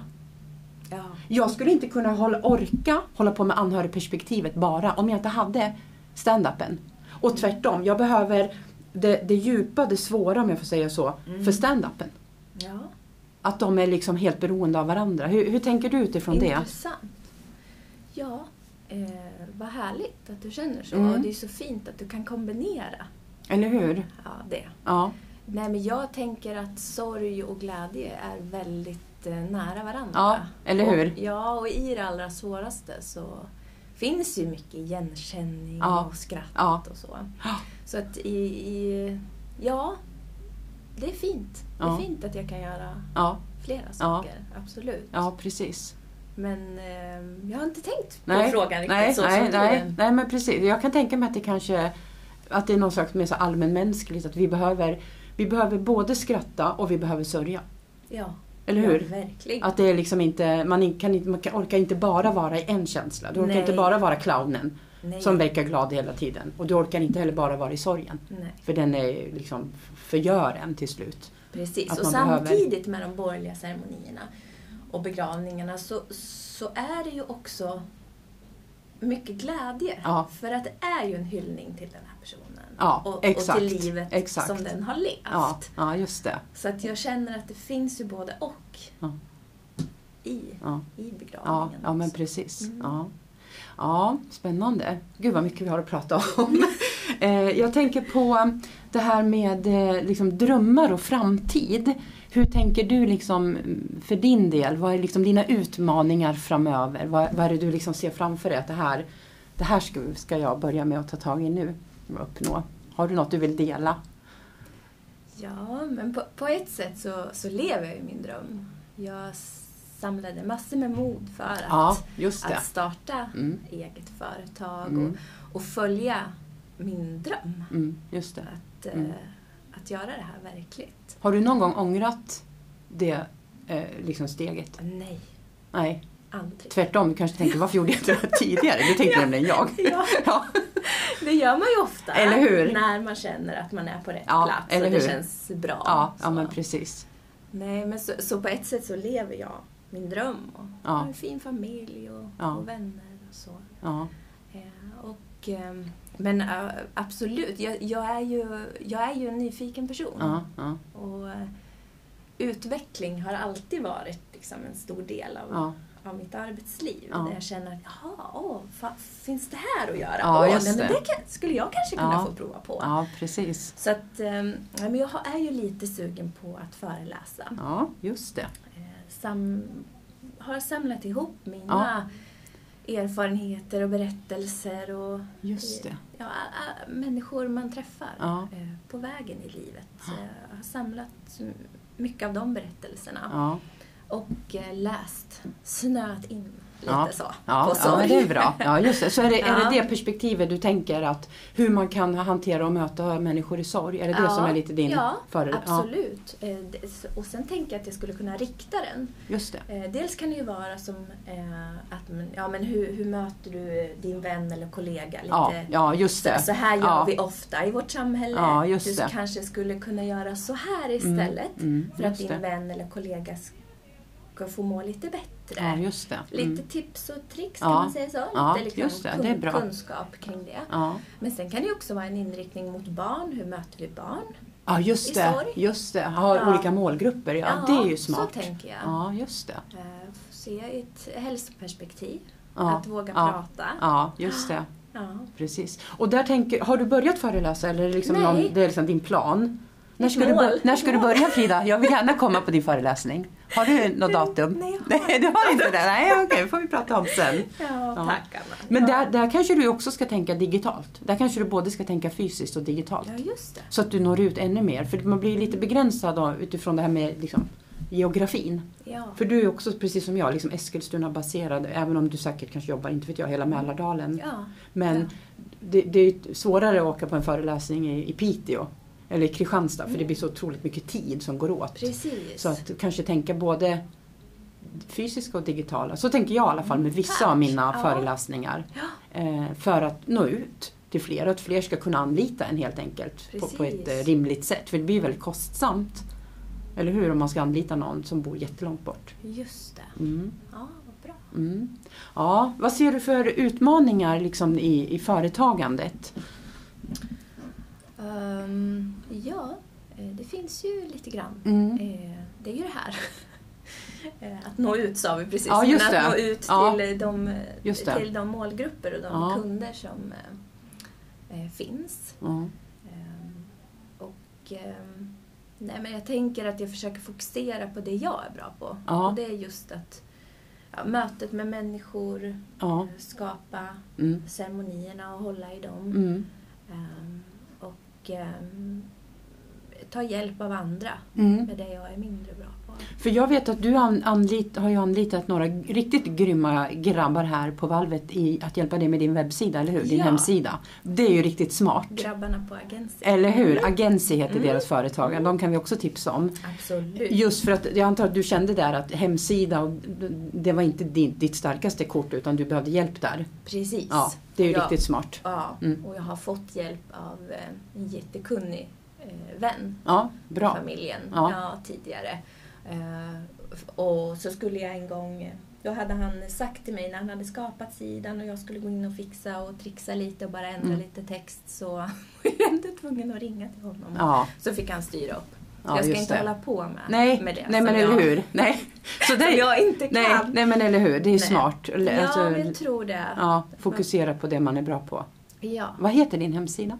Speaker 2: ja.
Speaker 1: Jag skulle inte kunna hålla, orka hålla på med anhörigperspektivet bara om jag inte hade stand-upen. Och tvärtom, jag behöver det, det djupa, det svåra om jag får säga så,
Speaker 2: Mm.
Speaker 1: för stand-upen.
Speaker 2: ja.
Speaker 1: Att de är liksom helt beroende av varandra. Hur, hur tänker du utifrån det?
Speaker 2: Intressant. Ja, eh, vad härligt att du känner så.
Speaker 1: Mm.
Speaker 2: Och det är så fint att du kan kombinera
Speaker 1: Eller hur?
Speaker 2: ja, det.
Speaker 1: Ja.
Speaker 2: Nej, men jag tänker att sorg och glädje är väldigt eh, nära varandra.
Speaker 1: Ja, eller hur?
Speaker 2: Och, ja, och i det allra svåraste så finns ju mycket igenkänning
Speaker 1: Ja.
Speaker 2: och skratt
Speaker 1: Ja.
Speaker 2: och så.
Speaker 1: Ja.
Speaker 2: Så att i, i ja, det är fint. Det
Speaker 1: Ja.
Speaker 2: är fint att jag kan göra
Speaker 1: Ja,
Speaker 2: flera saker, absolut.
Speaker 1: ja precis.
Speaker 2: Men eh, jag har inte tänkt på
Speaker 1: Nej,
Speaker 2: frågan riktigt
Speaker 1: nej,
Speaker 2: så
Speaker 1: nej,
Speaker 2: som du.
Speaker 1: nej, nej, men precis. Jag kan tänka mig att det kanske att det är någon slags mer så allmänmänskligt att vi behöver, vi behöver både skratta och vi behöver sörja.
Speaker 2: Ja,
Speaker 1: Eller hur?
Speaker 2: Ja, verkligen.
Speaker 1: Att det är liksom inte, man, kan inte, man kan- orkar inte bara vara i en känsla. Du orkar
Speaker 2: Nej.
Speaker 1: inte bara vara clownen
Speaker 2: nej.
Speaker 1: som verkar glad hela tiden. Och du orkar inte heller bara vara i sorgen.
Speaker 2: nej,
Speaker 1: För den är liksom förgör en till slut.
Speaker 2: precis.
Speaker 1: att man
Speaker 2: Och
Speaker 1: behöver-
Speaker 2: samtidigt med de borgerliga ceremonierna och begravningarna så, så är det ju också mycket glädje.
Speaker 1: Ja.
Speaker 2: För att det är ju en hyllning till den här personen.
Speaker 1: Ja,
Speaker 2: och,
Speaker 1: exakt,
Speaker 2: och till livet
Speaker 1: exakt.
Speaker 2: som den har levt.
Speaker 1: Ja, ja just det.
Speaker 2: Så att jag känner att det finns ju både och
Speaker 1: Ja.
Speaker 2: i,
Speaker 1: Ja,
Speaker 2: i
Speaker 1: ja,
Speaker 2: begravningen.
Speaker 1: ja men
Speaker 2: också.
Speaker 1: precis.
Speaker 2: Mm.
Speaker 1: Ja. ja, spännande. Gud vad mycket vi har att prata
Speaker 2: <laughs>
Speaker 1: om. Eh, Jag tänker på det här med eh, liksom, drömmar och framtid. Hur tänker du liksom, mm, för din del? Vad är liksom dina utmaningar framöver? Vad, vad är det du liksom ser framför dig att det här, det här ska, ska jag börja med att ta tag i nu och uppnå? Har du något du vill dela?
Speaker 2: Ja, men på, på ett sätt så, så lever jag i min dröm. Jag samlade massor med mod för att,
Speaker 1: Ja, just det.
Speaker 2: att starta
Speaker 1: Mm.
Speaker 2: eget företag
Speaker 1: Mm.
Speaker 2: och, och följa min dröm.
Speaker 1: Mm, just det.
Speaker 2: Att,
Speaker 1: Mm.
Speaker 2: eh, att göra det här verkligt.
Speaker 1: Har du någon gång ångrat det eh, liksom steget?
Speaker 2: Nej,
Speaker 1: Nej,
Speaker 2: aldrig.
Speaker 1: tvärtom. Du kanske tänkte varför gjorde jag inte det här tidigare? Det tänkte nämligen jag.
Speaker 2: <laughs> Ja,
Speaker 1: Ja.
Speaker 2: det gör man ju ofta.
Speaker 1: Eller hur?
Speaker 2: När man känner att man är på rätt
Speaker 1: Ja,
Speaker 2: plats
Speaker 1: eller
Speaker 2: och det
Speaker 1: hur?
Speaker 2: känns bra.
Speaker 1: Ja, ja,
Speaker 2: så.
Speaker 1: men precis.
Speaker 2: Nej, men så, så på ett sätt så lever jag min dröm. Och
Speaker 1: Ja.
Speaker 2: har en fin familj och,
Speaker 1: Ja.
Speaker 2: och vänner och så.
Speaker 1: Ja,
Speaker 2: Eh, och, ehm, men eh, absolut, jag, jag, är ju, jag är ju en nyfiken person.
Speaker 1: ja, ja,
Speaker 2: Och eh, utveckling har alltid varit liksom, en stor del av,
Speaker 1: ja.
Speaker 2: av mitt arbetsliv.
Speaker 1: Ja.
Speaker 2: Där jag känner att, jaha, åh, fa, finns det här att göra?
Speaker 1: Ja,
Speaker 2: åh,
Speaker 1: just
Speaker 2: nej, men
Speaker 1: det.
Speaker 2: det kan, skulle jag kanske kunna
Speaker 1: Ja.
Speaker 2: få prova på.
Speaker 1: ja precis.
Speaker 2: Så att, ehm, ja, men jag har- är ju lite sugen på att föreläsa.
Speaker 1: Ja, just det.
Speaker 2: Eh, Sam, har samlat ihop mina erfarenheter och berättelser och
Speaker 1: Just det.
Speaker 2: ja, a- a- människor man träffar
Speaker 1: Ja.
Speaker 2: eh, på vägen i livet. Så Jag har samlat m- mycket av de berättelserna
Speaker 1: Ja,
Speaker 2: och eh, läst, snöat in lite
Speaker 1: Ja.
Speaker 2: så
Speaker 1: ja, ja
Speaker 2: på sorg.
Speaker 1: men det är bra. Ja, just det. Så är det, är
Speaker 2: Ja.
Speaker 1: det det perspektivet du tänker att hur man kan hantera och möta människor i sorg? Är det det
Speaker 2: Ja,
Speaker 1: som är lite din
Speaker 2: ja,
Speaker 1: före-
Speaker 2: <laughs> Absolut. Eh, det- s- Och sen tänker jag att jag skulle kunna rikta den
Speaker 1: Ja, just det.
Speaker 2: Eh, Dels kan det ju vara som eh, att men, ja, men hur, hur möter du din vän eller kollega? Lite,
Speaker 1: Ja, ja, just det.
Speaker 2: Så här gör
Speaker 1: ja.
Speaker 2: vi ofta i vårt samhälle.
Speaker 1: Ja, just
Speaker 2: du
Speaker 1: det.
Speaker 2: kanske skulle kunna göra så här istället
Speaker 1: mm,
Speaker 2: för att
Speaker 1: just
Speaker 2: din
Speaker 1: det.
Speaker 2: vän eller kollega ska få må lite bättre.
Speaker 1: Ja, just det. Mm.
Speaker 2: Lite tips och tricks,
Speaker 1: Ja,
Speaker 2: kan man säga så? Lite
Speaker 1: ja,
Speaker 2: liksom
Speaker 1: just det. Det är
Speaker 2: kun-
Speaker 1: bra.
Speaker 2: kunskap kring det.
Speaker 1: Ja.
Speaker 2: Men sen kan det ju också vara en inriktning mot barn. Hur möter vi barn?
Speaker 1: ja, just
Speaker 2: I
Speaker 1: det.
Speaker 2: sorg.
Speaker 1: Just det. Ha
Speaker 2: Ja.
Speaker 1: olika målgrupper. Ja, det är ju smart.
Speaker 2: Så tänker jag.
Speaker 1: Ja, just det.
Speaker 2: Eh, Se i ett hälsoperspektiv.
Speaker 1: Ja,
Speaker 2: Att våga
Speaker 1: ja,
Speaker 2: prata.
Speaker 1: Ja, just det.
Speaker 2: Ja.
Speaker 1: Precis. Och där tänker, har du börjat föreläsa eller är det liksom
Speaker 2: Nej.
Speaker 1: någon, det är liksom din plan? När ska, du,
Speaker 2: mål.
Speaker 1: bör- när ska du börja Frida? Jag vill gärna komma på din föreläsning. Har du något datum?
Speaker 2: Nej, jag
Speaker 1: Nej, du har inte det? Nej, okej, det får vi prata om sen.
Speaker 2: Ja,
Speaker 1: Ja.
Speaker 2: tack Anna.
Speaker 1: Men
Speaker 2: ja.
Speaker 1: där, där kanske du också ska tänka digitalt. Där kanske du både ska tänka fysiskt och digitalt.
Speaker 2: Ja, just det.
Speaker 1: Så att du når ut ännu mer. För man blir lite begränsad då, utifrån det här med liksom, geografin.
Speaker 2: Ja.
Speaker 1: För du är också precis som jag liksom Eskilstuna-baserad. Även om du säkert kanske jobbar, inte vet jag, hela Mälardalen.
Speaker 2: Mm. ja.
Speaker 1: Men
Speaker 2: Ja.
Speaker 1: det, det är ju svårare att åka på en föreläsning i, i Piteå eller i Kristianstad för det blir så otroligt mycket tid som går åt.
Speaker 2: Mm. Precis.
Speaker 1: Så att kanske tänka både fysiska och digitala. Så tänker jag i alla fall med vissa
Speaker 2: Mm. Tack.
Speaker 1: av mina
Speaker 2: Ja.
Speaker 1: föreläsningar.
Speaker 2: Ja.
Speaker 1: Eh, för att nå ut till fler och att fler ska kunna anlita en helt enkelt på, på ett
Speaker 2: Precis.
Speaker 1: eh, rimligt sätt. För det blir väldigt kostsamt. Eller hur? Om man ska anlita någon som bor jättelångt bort.
Speaker 2: Just det.
Speaker 1: Mm.
Speaker 2: Ja, vad bra.
Speaker 1: Mm. Ja, vad ser du för utmaningar liksom i, i företagandet?
Speaker 2: Ehm, ja, eh, det finns ju lite grann.
Speaker 1: Mm.
Speaker 2: Eh, det är ju det här. <laughs> Eh, att nå ut sa vi precis.
Speaker 1: Ja, just
Speaker 2: Men att
Speaker 1: det.
Speaker 2: nå ut
Speaker 1: Ja.
Speaker 2: till, eh, de,
Speaker 1: Just det.
Speaker 2: till de målgrupper och de
Speaker 1: Ja.
Speaker 2: kunder som eh, eh, finns.
Speaker 1: Ja.
Speaker 2: Ehm, och ehm, nej, men jag tänker att jag försöker fokusera på det jag är bra på.
Speaker 1: Ja.
Speaker 2: Och det är just att ja, mötet med människor,
Speaker 1: Ja.
Speaker 2: eh, skapa
Speaker 1: Mm.
Speaker 2: ceremonierna och hålla i dem.
Speaker 1: Mm.
Speaker 2: Ehm, och ehm, ta hjälp av andra
Speaker 1: Mm.
Speaker 2: med det jag är mindre bra på.
Speaker 1: För jag vet att du an, anlit, har ju anlitat några riktigt grymma grabbar här på valvet i att hjälpa dig med din webbsida, eller hur? Din
Speaker 2: Ja.
Speaker 1: hemsida. Det är ju riktigt smart.
Speaker 2: Grabbarna på agency.
Speaker 1: eller hur? Agency heter deras företag. De kan vi också tipsa om.
Speaker 2: Absolut.
Speaker 1: Just för att jag antar att du kände där att hemsida, och det var inte din, ditt starkaste kort utan du behövde hjälp där.
Speaker 2: Precis.
Speaker 1: Ja, det är ju
Speaker 2: Ja.
Speaker 1: riktigt smart.
Speaker 2: Ja,
Speaker 1: Mm.
Speaker 2: och jag har fått hjälp av eh, en jättekunnig eh, vän
Speaker 1: Ja, bra.
Speaker 2: familjen
Speaker 1: Ja.
Speaker 2: ja. tidigare. Eh, och så skulle jag en gång, då hade han sagt till mig när han hade skapat sidan och jag skulle gå in och fixa och trixa lite och bara ändra
Speaker 1: Mm.
Speaker 2: lite text så <laughs> var jag ändå tvungen att ringa till honom.
Speaker 1: Ja,
Speaker 2: Så fick han styra upp.
Speaker 1: ja
Speaker 2: jag ska
Speaker 1: just
Speaker 2: inte
Speaker 1: det.
Speaker 2: hålla på med,
Speaker 1: Nej,
Speaker 2: med det.
Speaker 1: nej
Speaker 2: som
Speaker 1: men
Speaker 2: jag,
Speaker 1: eller hur. Nej. Så
Speaker 2: <laughs> Som
Speaker 1: det,
Speaker 2: jag inte kan.
Speaker 1: nej, nej men eller hur, det är
Speaker 2: Nej.
Speaker 1: smart. Eller,
Speaker 2: ja,
Speaker 1: alltså,
Speaker 2: men jag tror det. Ja.
Speaker 1: ja, fokusera på det man är bra på. Vad heter din hemsida?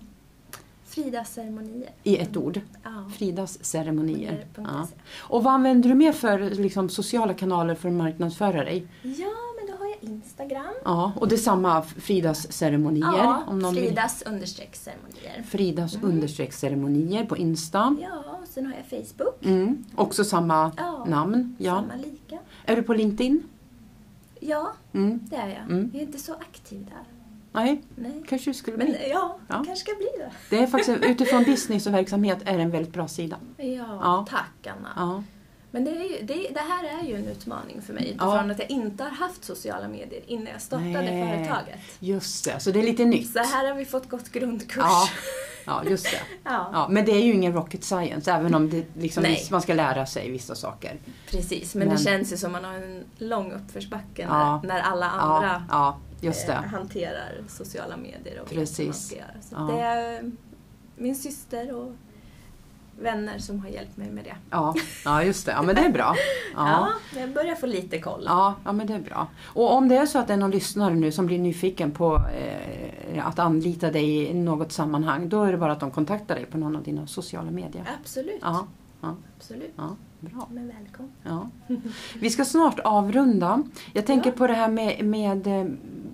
Speaker 2: Fridas ceremonier.
Speaker 1: I ett ord.
Speaker 2: Ja.
Speaker 1: Fridas ceremonier. Ja.
Speaker 2: .se.
Speaker 1: Och vad använder du mer för liksom, sociala kanaler för att marknadsföra dig?
Speaker 2: ja, men då har jag Instagram.
Speaker 1: Ja, och detsamma Fridas ceremonier.
Speaker 2: Ja,
Speaker 1: om någon vill.
Speaker 2: Fridas understreck ceremonier.
Speaker 1: Fridas
Speaker 2: Mm.
Speaker 1: understreck ceremonier på Insta.
Speaker 2: Ja, och sen har jag Facebook.
Speaker 1: Mm. Också samma
Speaker 2: Ja,
Speaker 1: namn. Ja.
Speaker 2: samma lika.
Speaker 1: Är du på LinkedIn?
Speaker 2: Ja,
Speaker 1: Mm.
Speaker 2: det är jag.
Speaker 1: Mm.
Speaker 2: Jag är inte så aktiv där.
Speaker 1: Nej,
Speaker 2: Nej.
Speaker 1: kanske du skulle
Speaker 2: Men
Speaker 1: bli.
Speaker 2: eh, ja, det
Speaker 1: Ja.
Speaker 2: kanske ska bli det.
Speaker 1: Det är faktiskt, utifrån business och verksamhet är det en väldigt bra sida.
Speaker 2: Ja,
Speaker 1: Ja.
Speaker 2: tack Anna.
Speaker 1: Ja.
Speaker 2: Men det, är ju, det, det här är ju en utmaning för mig
Speaker 1: Ja.
Speaker 2: utifrån att jag inte har haft sociala medier innan jag startade
Speaker 1: Nej.
Speaker 2: företaget.
Speaker 1: Just det, så det är lite nytt.
Speaker 2: Så här har vi fått gått grundkurs.
Speaker 1: Ja, ja just det.
Speaker 2: <laughs> Ja,
Speaker 1: Ja, men det är ju ingen rocket science, även om det liksom,
Speaker 2: Nej.
Speaker 1: man ska lära sig vissa saker.
Speaker 2: precis. Men,
Speaker 1: Men-
Speaker 2: det känns ju som man har en lång uppförsbacke
Speaker 1: Ja.
Speaker 2: när, när alla
Speaker 1: Ja,
Speaker 2: andra
Speaker 1: ja, just
Speaker 2: eh,
Speaker 1: det.
Speaker 2: hanterar sociala medier och vet vad man
Speaker 1: Precis.
Speaker 2: ska göra. Så
Speaker 1: Ja.
Speaker 2: det är eh, min syster och vänner som har hjälpt mig med det.
Speaker 1: Ja, ja, just det. Ja, men det är bra. Ja.
Speaker 2: Ja, jag börjar få lite koll.
Speaker 1: Ja, ja, men det är bra. Och om det är så att det är någon lyssnare nu som blir nyfiken på eh, att anlita dig i något sammanhang, då är det bara att de kontaktar dig på någon av dina sociala medier.
Speaker 2: Absolut.
Speaker 1: Ja,
Speaker 2: Absolut.
Speaker 1: ja bra.
Speaker 2: Men välkommen.
Speaker 1: Ja. Vi ska snart avrunda. Jag tänker
Speaker 2: Ja.
Speaker 1: på det här med, med eh,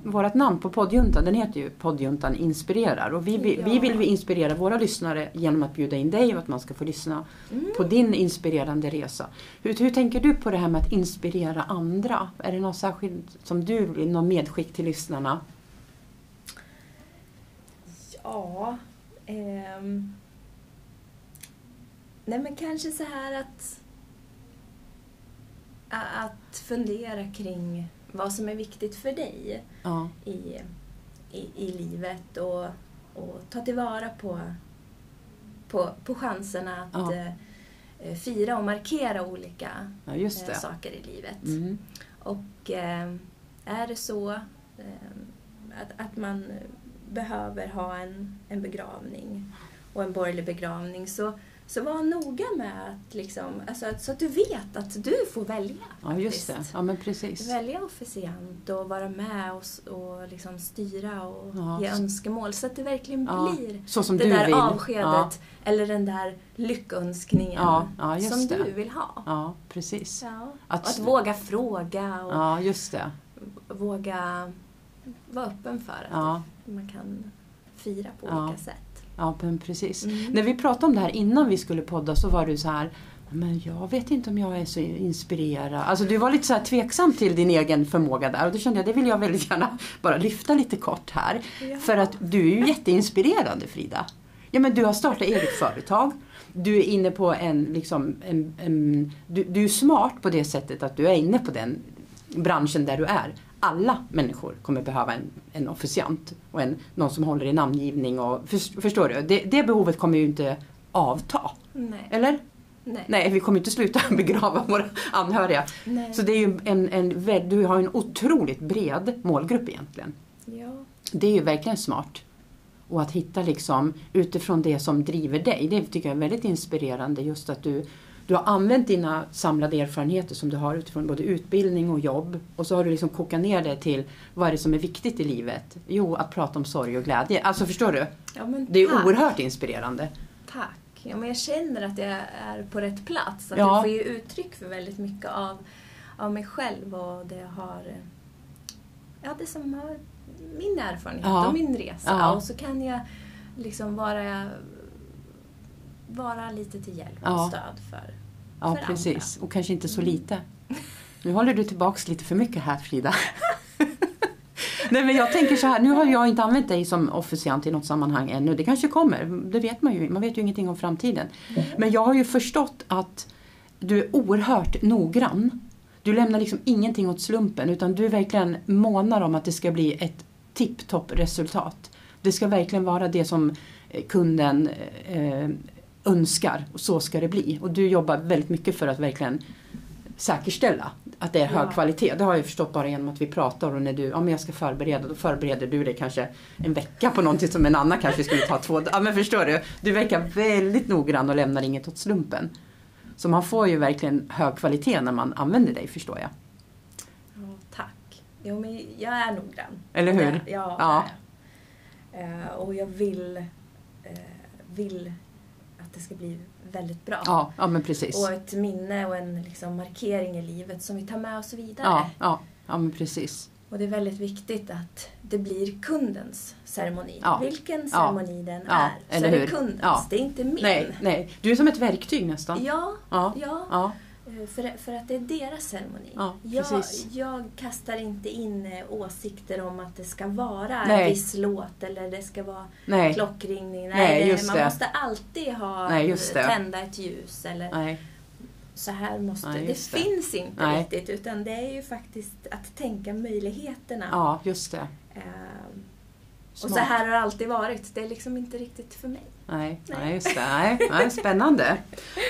Speaker 1: vårt namn på poddjuntan. Den heter ju Poddjuntan inspirerar. Och vi, vi,
Speaker 2: Ja.
Speaker 1: vi vill ju inspirera våra lyssnare genom att bjuda in dig och att man ska få lyssna
Speaker 2: Mm.
Speaker 1: på din inspirerande resa. Hur, hur tänker du på det här med att inspirera andra? Är det något särskilt som du vill, något medskick till lyssnarna?
Speaker 2: Ja. ehm. nej men kanske så här att a- att fundera kring vad som är viktigt för dig
Speaker 1: Ja,
Speaker 2: i, i, i livet och, och ta tillvara på, på, på chanserna
Speaker 1: Ja.
Speaker 2: att eh, fira och markera olika
Speaker 1: ja just
Speaker 2: eh,
Speaker 1: det.
Speaker 2: saker i livet.
Speaker 1: Mm.
Speaker 2: Och eh, är det så eh, att, att man behöver ha en, en begravning och en borgerlig begravning så, så var noga med att liksom, alltså, att- så att du vet att du får välja.
Speaker 1: Ja, just det.
Speaker 2: faktiskt.
Speaker 1: Ja, men precis.
Speaker 2: Välja officiant och vara med och, s- och liksom styra och
Speaker 1: Ja.
Speaker 2: ge önskemål så att det verkligen
Speaker 1: Ja,
Speaker 2: blir
Speaker 1: så som
Speaker 2: det
Speaker 1: du
Speaker 2: där
Speaker 1: vill.
Speaker 2: avskedet
Speaker 1: Ja,
Speaker 2: eller den där lyckönskningen
Speaker 1: Ja, ja, just
Speaker 2: som
Speaker 1: det.
Speaker 2: du vill ha.
Speaker 1: ja precis.
Speaker 2: Ja.
Speaker 1: Att-
Speaker 2: Och att våga fråga och
Speaker 1: Ja, just det.
Speaker 2: våga vara öppen för att
Speaker 1: Ja.
Speaker 2: man kan fira på
Speaker 1: Ja.
Speaker 2: olika sätt.
Speaker 1: Ja, men precis.
Speaker 2: Mm.
Speaker 1: När vi pratade om det här innan vi skulle podda så var du så här men jag vet inte om jag är så inspirerad. Alltså du var lite så här tveksam till din egen förmåga där och då kände jag det vill jag väldigt gärna bara lyfta lite kort här.
Speaker 2: Mm. Ja.
Speaker 1: För att du är ju jätteinspirerande Frida. Ja men du har startat eget företag. Du är inne på en, liksom, en, en du, du är smart på det sättet att du är inne på den branschen där du är. Alla människor kommer behöva en, en officiant och en, någon som håller i namngivning och förs- förstår du? Det, det behovet kommer ju inte avta.
Speaker 2: Nej.
Speaker 1: Eller?
Speaker 2: Nej.
Speaker 1: Nej, vi kommer inte sluta <laughs> begrava våra anhöriga.
Speaker 2: Nej.
Speaker 1: Så det är ju en, en, vä- du har en otroligt bred målgrupp egentligen.
Speaker 2: Ja.
Speaker 1: Det är ju verkligen smart. Och att hitta liksom utifrån det som driver dig, det tycker jag är väldigt inspirerande. Just att du, du har använt dina samlade erfarenheter som du har utifrån både utbildning och jobb. Och så har du liksom kokat ner det till vad är det som är viktigt i livet? Jo, att prata om sorg och glädje. Alltså förstår du?
Speaker 2: Ja, men
Speaker 1: Det är ju
Speaker 2: tack.
Speaker 1: oerhört inspirerande.
Speaker 2: Tack. Ja, men jag känner att jag är på rätt plats. Att
Speaker 1: Ja.
Speaker 2: Jag får ju uttryck för väldigt mycket av, av mig själv och det jag har eh, ja, det som har min erfarenhet
Speaker 1: Ja.
Speaker 2: och min resa.
Speaker 1: Ja.
Speaker 2: Och så kan jag liksom vara, vara lite till hjälp och
Speaker 1: Ja.
Speaker 2: stöd för
Speaker 1: Ja,
Speaker 2: för
Speaker 1: precis. Och kanske inte så lite. Nu håller du tillbaks lite för mycket här Frida. Nej men jag tänker så här, nu har jag inte använt dig som officiant i något sammanhang ännu. Det kanske kommer, det vet man ju. Man vet ju ingenting om framtiden. Men jag har ju förstått att du är oerhört noggrann. Du lämnar liksom ingenting åt slumpen utan du är verkligen månar om att det ska bli ett tipptopp resultat. Det ska verkligen vara det som eh, kunden eh, önskar och så ska det bli. Och du jobbar väldigt mycket för att verkligen säkerställa att det är hög
Speaker 2: Ja.
Speaker 1: kvalitet. Det har jag förstått bara genom att vi pratar och när du, ja men jag ska förbereda, då förbereder du dig kanske en vecka på någonting som en annan kanske skulle ta två dagar. Ja men förstår du? Du verkar väldigt noggrann och lämnar inget åt slumpen. Så man får ju verkligen hög kvalitet när man använder dig förstår jag.
Speaker 2: Ja, tack. Jo, men jag är noggrann.
Speaker 1: Eller hur?
Speaker 2: Det- Ja.
Speaker 1: Ja.
Speaker 2: det är jag. Eh, och jag vill, eh, vill att det ska bli väldigt bra.
Speaker 1: Ja, ja men precis.
Speaker 2: Och ett minne och en liksom, markering i livet som vi tar med oss vidare.
Speaker 1: Ja, ja, ja men precis.
Speaker 2: Och det är väldigt viktigt att det blir kundens ceremoni.
Speaker 1: Ja.
Speaker 2: Vilken ceremoni den
Speaker 1: Ja,
Speaker 2: är, så
Speaker 1: eller
Speaker 2: är det
Speaker 1: hur?
Speaker 2: kundens.
Speaker 1: Ja.
Speaker 2: Det är inte min.
Speaker 1: Nej, nej. Du är som ett verktyg nästan.
Speaker 2: Ja,
Speaker 1: Ja,
Speaker 2: ja.
Speaker 1: ja,
Speaker 2: För, för att det är deras ceremoni.
Speaker 1: Ja,
Speaker 2: jag,
Speaker 1: precis.
Speaker 2: jag kastar inte in eh, åsikter om att det ska vara en
Speaker 1: Nej.
Speaker 2: viss låt eller det ska vara
Speaker 1: Nej.
Speaker 2: klockringning. Nej,
Speaker 1: Nej,
Speaker 2: det,
Speaker 1: just
Speaker 2: man
Speaker 1: det.
Speaker 2: måste alltid ha
Speaker 1: Nej, just det.
Speaker 2: tända ett ljus eller
Speaker 1: Nej.
Speaker 2: så här måste
Speaker 1: Nej,
Speaker 2: det.
Speaker 1: just det.
Speaker 2: finns inte
Speaker 1: Nej.
Speaker 2: riktigt utan det är ju faktiskt att tänka möjligheterna.
Speaker 1: Ja, just det.
Speaker 2: Ehm, och
Speaker 1: Smart.
Speaker 2: så här har det alltid varit. Det är liksom inte riktigt för mig.
Speaker 1: Nej,
Speaker 2: Nej.
Speaker 1: nej, just det. Nej, nej, spännande.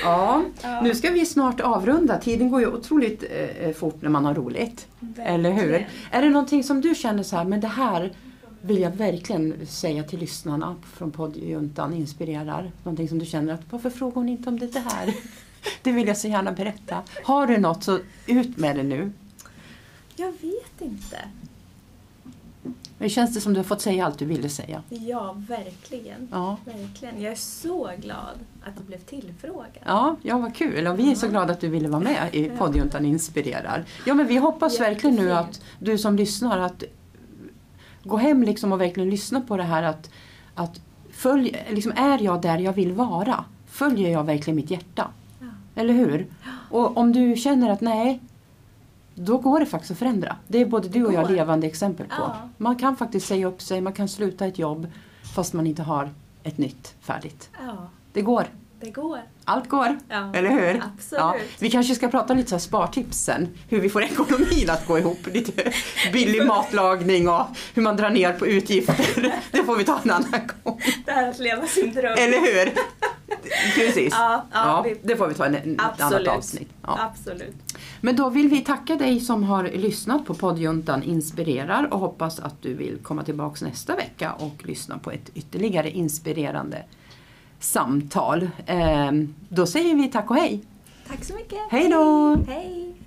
Speaker 1: Ja,
Speaker 2: Ja.
Speaker 1: nu ska vi snart avrunda. Tiden går ju otroligt eh, fort när man har roligt. Eller hur?
Speaker 2: Verkligen.
Speaker 1: Är det någonting som du känner så här, men det här vill jag verkligen säga till lyssnarna från poddjuntan inspirerar. Någonting som du känner att, varför frågar hon inte om det det här? <laughs> Det vill jag så gärna berätta. Har du något så ut med det nu.
Speaker 2: Jag vet inte.
Speaker 1: Det känns det som du har fått säga allt du ville säga.
Speaker 2: Ja, verkligen.
Speaker 1: Ja,
Speaker 2: Verkligen. Jag är så glad att jag blev tillfrågad.
Speaker 1: ja, ja vad kul. Och vi är så glada att du ville vara med i poddjuntan inspirerar. Ja, men vi hoppas verkligen nu
Speaker 2: Jättefint.
Speaker 1: att du som lyssnar att gå hem liksom och verkligen lyssna på det här att, att följ, liksom, är jag där jag vill vara? Följer jag verkligen mitt hjärta?
Speaker 2: Ja.
Speaker 1: Eller hur? Och om du känner att nej, då går det faktiskt att förändra. Det är både du och jag
Speaker 2: Går.
Speaker 1: levande exempel på.
Speaker 2: Ja.
Speaker 1: Man kan faktiskt säga upp sig, man kan sluta ett jobb fast man inte har ett nytt färdigt.
Speaker 2: Ja,
Speaker 1: Det går.
Speaker 2: det går.
Speaker 1: Allt går.
Speaker 2: Ja,
Speaker 1: Eller hur?
Speaker 2: Absolut.
Speaker 1: Vi kanske ska prata lite så här spartips sen. Hur vi får ekonomin att gå ihop. Lite billig matlagning och hur man drar ner på utgifter. Det får vi ta en annan gång.
Speaker 2: Det här att leva sin dröm.
Speaker 1: Eller hur? Precis.
Speaker 2: Ja, ja, vi-
Speaker 1: det får vi ta en, en ett annat
Speaker 2: Absolut.
Speaker 1: avsnitt. Ja.
Speaker 2: Absolut.
Speaker 1: Men då vill vi tacka dig som har lyssnat på poddjuntan Inspirerar och hoppas att du vill komma tillbaks nästa vecka och lyssna på ett ytterligare inspirerande samtal. Ehm, Då säger vi tack och hej.
Speaker 2: Tack så mycket.
Speaker 1: Hej då!
Speaker 2: Hej.